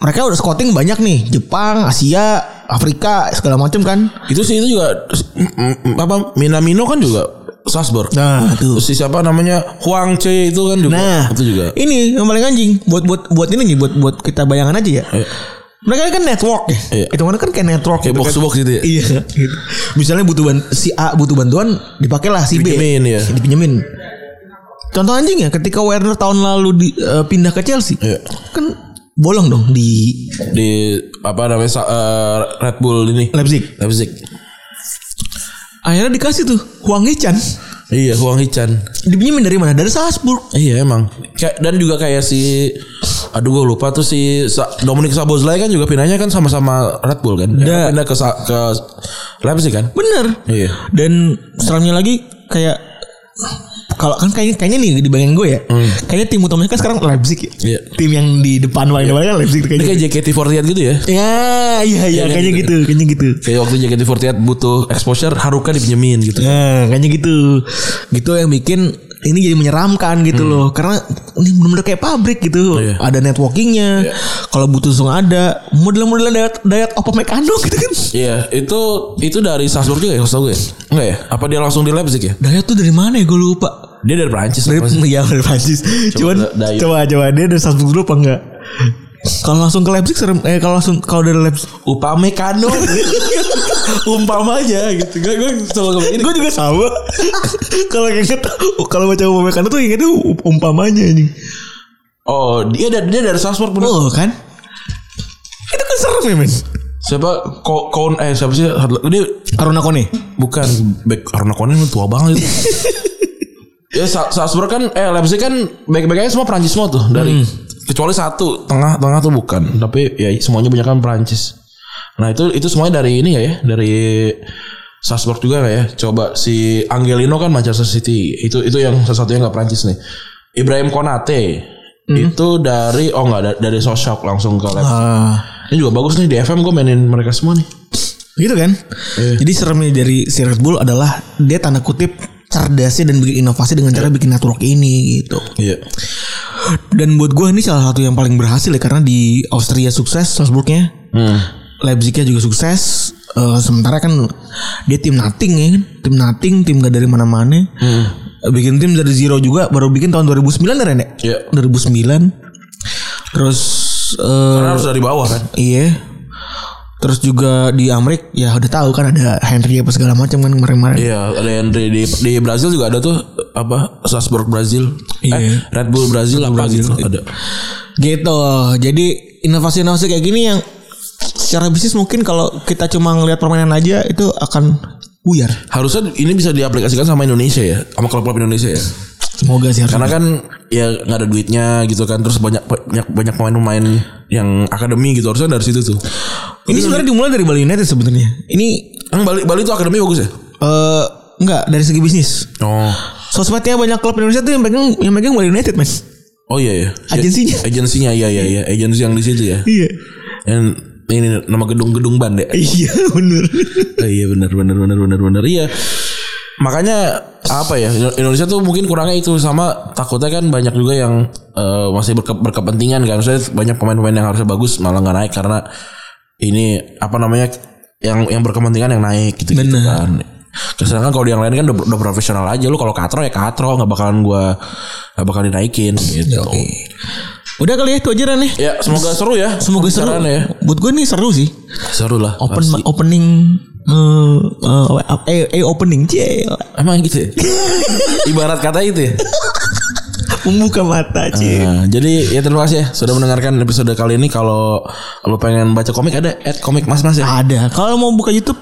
[SPEAKER 2] mereka udah scouting banyak nih, Jepang, Asia, Afrika, segala macam kan.
[SPEAKER 3] Itu sih itu juga mm, mm, apa Minamino kan juga Salzburg.
[SPEAKER 2] Nah, tuh.
[SPEAKER 3] Terus si siapa namanya Huang Che itu kan juga.
[SPEAKER 2] Nah,
[SPEAKER 3] itu juga.
[SPEAKER 2] Ini yang paling anjing buat buat buat ini nih buat buat kita bayangan aja ya. Mereka kan network ya.
[SPEAKER 3] Iya.
[SPEAKER 2] Itu mana kan kayak network
[SPEAKER 3] Kayak
[SPEAKER 2] gitu
[SPEAKER 3] box
[SPEAKER 2] kan.
[SPEAKER 3] to box gitu ya.
[SPEAKER 2] Iya. Gitu. Misalnya butuh ban si A butuh bantuan, dipakailah si B.
[SPEAKER 3] Dipinjemin, ya.
[SPEAKER 2] Dipinjemin. Contoh anjing ya, ketika Werner tahun lalu di, eh, pindah ke Chelsea,
[SPEAKER 3] Iya.
[SPEAKER 2] kan bolong dong di
[SPEAKER 3] Di apa namanya sa- eh, Red Bull ini.
[SPEAKER 2] Leipzig.
[SPEAKER 3] Leipzig.
[SPEAKER 2] Akhirnya dikasih tuh Huang Hechan.
[SPEAKER 3] Iya, Huang Hichan.
[SPEAKER 2] Dipinjemin dari mana? Dari Salzburg.
[SPEAKER 3] Iya emang. Kayak dan juga kayak si aduh gue lupa tuh si Sa- Dominic Sabozlai kan juga pindahnya kan sama-sama Red Bull kan.
[SPEAKER 2] Da.
[SPEAKER 3] Pindah ke Sa- ke Leipzig kan.
[SPEAKER 2] Bener.
[SPEAKER 3] Iya.
[SPEAKER 2] Dan seramnya lagi kayak kalau kan kayaknya kayaknya nih di bayangin gue ya. Kayaknya tim utamanya kan sekarang Leipzig ya.
[SPEAKER 3] Iya.
[SPEAKER 2] Tim yang di depan paling depan kan Leipzig
[SPEAKER 3] Ini
[SPEAKER 2] kayaknya.
[SPEAKER 3] kayak JKT48 gitu ya.
[SPEAKER 2] Ya, iya iya
[SPEAKER 3] Iya, kayak
[SPEAKER 2] kayaknya gitu,
[SPEAKER 3] gitu.
[SPEAKER 2] kayaknya gitu.
[SPEAKER 3] Kayak waktu JKT48 butuh exposure Haruka dipinjemin gitu.
[SPEAKER 2] Nah, kayaknya gitu. Gitu yang bikin ini jadi menyeramkan gitu loh. Karena ini benar-benar kayak pabrik gitu.
[SPEAKER 3] Iya.
[SPEAKER 2] Ada networkingnya. Kalau butuh langsung ada. Model-modelan dayat dayat Oppo Mekano gitu kan.
[SPEAKER 3] Iya, itu itu dari Salzburg juga ya, tau gue. Enggak ya? Apa dia langsung di Leipzig ya?
[SPEAKER 2] Dayat tuh dari mana ya gue lupa.
[SPEAKER 3] Dia dari Prancis.
[SPEAKER 2] Dari
[SPEAKER 3] Prancis.
[SPEAKER 2] ya dari Prancis. Cuman
[SPEAKER 3] da- Dayu.
[SPEAKER 2] coba coba dia dari Salzburg dulu apa enggak? Kalau langsung ke Leipzig serem eh kalau langsung kalau dari Leipzig
[SPEAKER 3] Upamecano. Umpamanya gitu. Gue gue selalu ini.
[SPEAKER 2] gue juga sama. kalau inget kalau baca umpamanya tuh ingetnya u- umpamanya ini.
[SPEAKER 3] Oh, dia dari dia dari Salzburg bener.
[SPEAKER 2] Oh kan? Itu kan serem ya men.
[SPEAKER 3] Siapa Ko- Kon eh siapa sih? Dia
[SPEAKER 2] Aruna Kone.
[SPEAKER 3] Bukan back Arna Konen itu tua banget itu. ya Sa- Salzburg kan eh Leipzig kan back-backnya semua Prancis semua tuh dari kecuali satu tengah-tengah tuh bukan tapi ya semuanya banyak kan Prancis. Nah itu itu semuanya dari ini nggak ya dari Salzburg juga nggak ya? Coba si Angelino kan Manchester City itu itu yang salah satunya nggak Prancis nih. Ibrahim Konate itu dari oh nggak da- dari Sosok langsung ke Leipzig.
[SPEAKER 2] Ah.
[SPEAKER 3] Ini juga bagus nih di FM gue mainin mereka semua nih.
[SPEAKER 2] Gitu kan? Jadi seremnya dari si Red Bull adalah dia tanda kutip cerdasnya dan bikin inovasi dengan cara bikin network ini gitu.
[SPEAKER 3] Iya.
[SPEAKER 2] Dan buat gue ini salah satu yang paling berhasil ya karena di Austria sukses Salzburgnya,
[SPEAKER 3] Hmm.
[SPEAKER 2] Leipzignya juga sukses. Eh, sementara kan dia tim nothing ya kan, tim nothing, tim gak dari mana-mana.
[SPEAKER 3] Hmm.
[SPEAKER 2] Bikin tim dari zero juga, baru bikin tahun 2009 dari Nek.
[SPEAKER 3] Iya.
[SPEAKER 2] 2009. Terus eh
[SPEAKER 3] Karena harus dari bawah kan.
[SPEAKER 2] iya. Terus juga di Amrik ya udah tahu kan ada Henry apa segala macam kan kemarin-kemarin.
[SPEAKER 3] Iya, ada yang di, di, di Brazil juga ada tuh apa Salzburg Brazil, eh,
[SPEAKER 2] Iya.
[SPEAKER 3] Red Bull Brazil apa gitu ada.
[SPEAKER 2] Gitu. Jadi inovasi-inovasi kayak gini yang secara bisnis mungkin kalau kita cuma ngelihat permainan aja itu akan buyar.
[SPEAKER 3] Harusnya ini bisa diaplikasikan sama Indonesia ya, sama klub-klub Indonesia ya.
[SPEAKER 2] Semoga sih harus.
[SPEAKER 3] Karena kan ya nggak ada duitnya gitu kan, terus banyak banyak banyak pemain-pemain yang akademi gitu harusnya dari situ tuh.
[SPEAKER 2] Ini sebenarnya dimulai dari Bali United sebenarnya. Iya. Ini
[SPEAKER 3] Emang Bali Bali itu akademi bagus ya?
[SPEAKER 2] eh enggak dari segi bisnis.
[SPEAKER 3] Oh.
[SPEAKER 2] Sosmednya banyak klub Indonesia tuh yang pegang yang pegang Bali United, Mas.
[SPEAKER 3] Oh iya ya.
[SPEAKER 2] Agensinya.
[SPEAKER 3] Agensinya iya iya iya, agensi yang di situ ya.
[SPEAKER 2] Iya.
[SPEAKER 3] Yang ini nama gedung-gedung band ya.
[SPEAKER 2] Iya, bener.
[SPEAKER 3] Oh, iya benar benar benar benar benar iya makanya apa ya Indo- Indonesia tuh mungkin kurangnya itu sama takutnya kan banyak juga yang eh, masih berke- berkepentingan kan maksudnya banyak pemain-pemain yang harusnya bagus malah nggak naik karena ini apa namanya yang yang berkepentingan yang naik gitu, -gitu
[SPEAKER 2] Benar.
[SPEAKER 3] kan Sedangkan kalau di yang lain kan udah, udah profesional aja lu kalau katro ya katro nggak bakalan gua nggak bakalan dinaikin gitu.
[SPEAKER 2] Udah kali ya itu aja Ran, ya.
[SPEAKER 3] Ya semoga seru ya.
[SPEAKER 2] Semoga seru.
[SPEAKER 3] pembicaraannya ya.
[SPEAKER 2] Buat gue nih seru sih.
[SPEAKER 3] Seru lah.
[SPEAKER 2] Open
[SPEAKER 3] pasti.
[SPEAKER 2] opening eh, eh, eh opening cie
[SPEAKER 3] Emang gitu ya? Ibarat kata itu ya.
[SPEAKER 2] membuka mata cie.
[SPEAKER 3] Nah, jadi ya terima kasih ya sudah mendengarkan episode kali ini. Kalau lo pengen baca komik ada at komik mas mas ya.
[SPEAKER 2] Ada. Kalau mau buka YouTube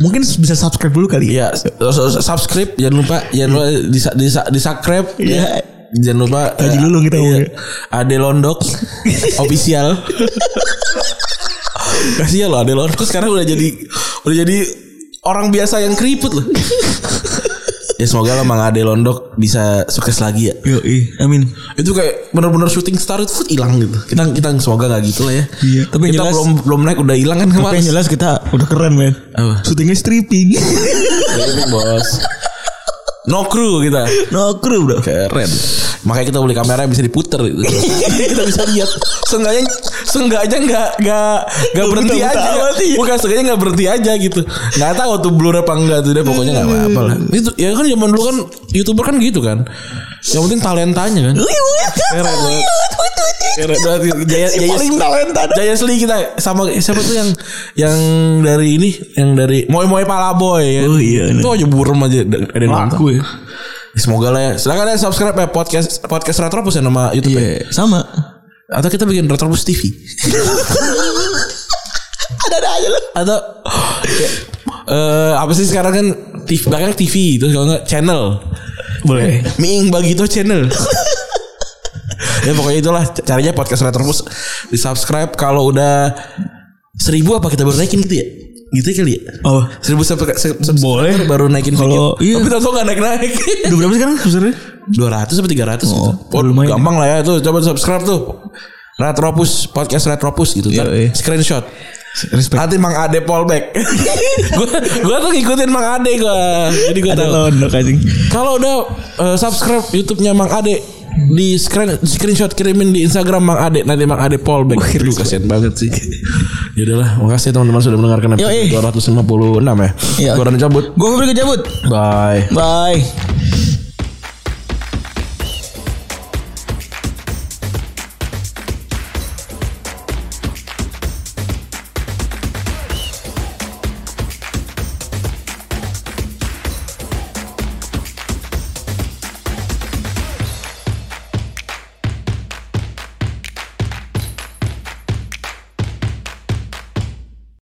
[SPEAKER 2] mungkin bisa subscribe dulu kali ya.
[SPEAKER 3] Iya s- s- subscribe jangan lupa jangan lupa di di, di subscribe
[SPEAKER 2] Iya.
[SPEAKER 3] ya. Jangan lupa eh, iya,
[SPEAKER 2] Gaji dulu kita ngomongnya.
[SPEAKER 3] Ade Londok official. Kasihan loh Ade Londok sekarang udah jadi udah jadi orang biasa yang keriput loh. ya semoga lah Mang Ade Londok bisa sukses lagi ya.
[SPEAKER 2] Yo, amin.
[SPEAKER 3] itu kayak bener-bener shooting star itu hilang gitu kita kita semoga nggak gitu lah ya
[SPEAKER 2] Iya. Tapi
[SPEAKER 3] tapi
[SPEAKER 2] yang
[SPEAKER 3] kita
[SPEAKER 2] jelas-
[SPEAKER 3] belum belum naik udah hilang kan
[SPEAKER 2] Tapi yang
[SPEAKER 3] kemarin
[SPEAKER 2] jelas kita udah keren men.
[SPEAKER 3] Apa?
[SPEAKER 2] Syutingnya stripping. Iya,
[SPEAKER 3] bos no crew kita
[SPEAKER 2] no crew bro.
[SPEAKER 3] keren Makanya kita beli kamera yang bisa diputer gitu.
[SPEAKER 2] Iya,
[SPEAKER 3] kita bisa lihat. Seenggaknya seenggaknya nggak nggak nggak berhenti
[SPEAKER 2] buta-buta
[SPEAKER 3] aja.
[SPEAKER 2] amat, iya.
[SPEAKER 3] Bukan seenggaknya nggak berhenti aja gitu. Nggak tahu tuh blur apa enggak tuh deh pokoknya nggak apa-apa lah. Itu ya kan zaman dulu kan YouTuber kan gitu kan. Yang penting talentanya kan. Keren banget. Keren banget. Jaya
[SPEAKER 2] Si
[SPEAKER 3] Jaya
[SPEAKER 2] paling talenta dah.
[SPEAKER 3] Jaya Sli kita sama siapa tuh yang yang dari ini yang dari Moe Moe Palaboy ya.
[SPEAKER 2] Oh, iya,
[SPEAKER 3] Itu aja burem aja ada yang nonton.
[SPEAKER 2] Laku ya.
[SPEAKER 3] Semoga lah ya. Silakan ya subscribe ya podcast podcast Retropus ya nama YouTube. ya.
[SPEAKER 2] Iya, sama.
[SPEAKER 3] Atau kita bikin Retropus TV.
[SPEAKER 2] Ada-ada aja lah.
[SPEAKER 3] Atau kayak, eh, apa sih sekarang kan TV, belakang TV terus kalau enggak channel.
[SPEAKER 2] Boleh.
[SPEAKER 3] Ming Bagito channel. ya pokoknya itulah caranya podcast Retropus di subscribe kalau udah seribu apa kita baru naikin gitu ya gitu kali ya
[SPEAKER 2] Oh.
[SPEAKER 3] seribu subscribe
[SPEAKER 2] Boleh.
[SPEAKER 3] baru naikin
[SPEAKER 2] Kalau- iya.
[SPEAKER 3] sedikit. tapi tau nggak naik naik
[SPEAKER 2] Udah berapa sekarang sebenarnya?
[SPEAKER 3] dua ratus atau tiga ratus gitu
[SPEAKER 2] udah
[SPEAKER 3] Wah,
[SPEAKER 2] Oh, lumayan.
[SPEAKER 3] gampang lah ya tuh coba subscribe tuh Retropus podcast Retropus gitu kan
[SPEAKER 2] Iya, iya.
[SPEAKER 3] screenshot
[SPEAKER 2] Respect.
[SPEAKER 3] nanti Mang Ade Polback gue gue tuh ngikutin Mang Ade gue jadi gue
[SPEAKER 2] Ada
[SPEAKER 3] tahu
[SPEAKER 2] londok anjing.
[SPEAKER 3] kalau udah eh, subscribe YouTube-nya Mang Ade di screen screenshot kirimin di Instagram Mang Ade nanti Mang Ade Polback. Aduh kasihan banget sih. ya udahlah, makasih teman-teman sudah mendengarkan
[SPEAKER 2] Yoi.
[SPEAKER 3] episode 256 ya.
[SPEAKER 2] Iya.
[SPEAKER 3] Gua Rani cabut.
[SPEAKER 2] Gue pergi ke cabut.
[SPEAKER 3] Bye.
[SPEAKER 2] Bye.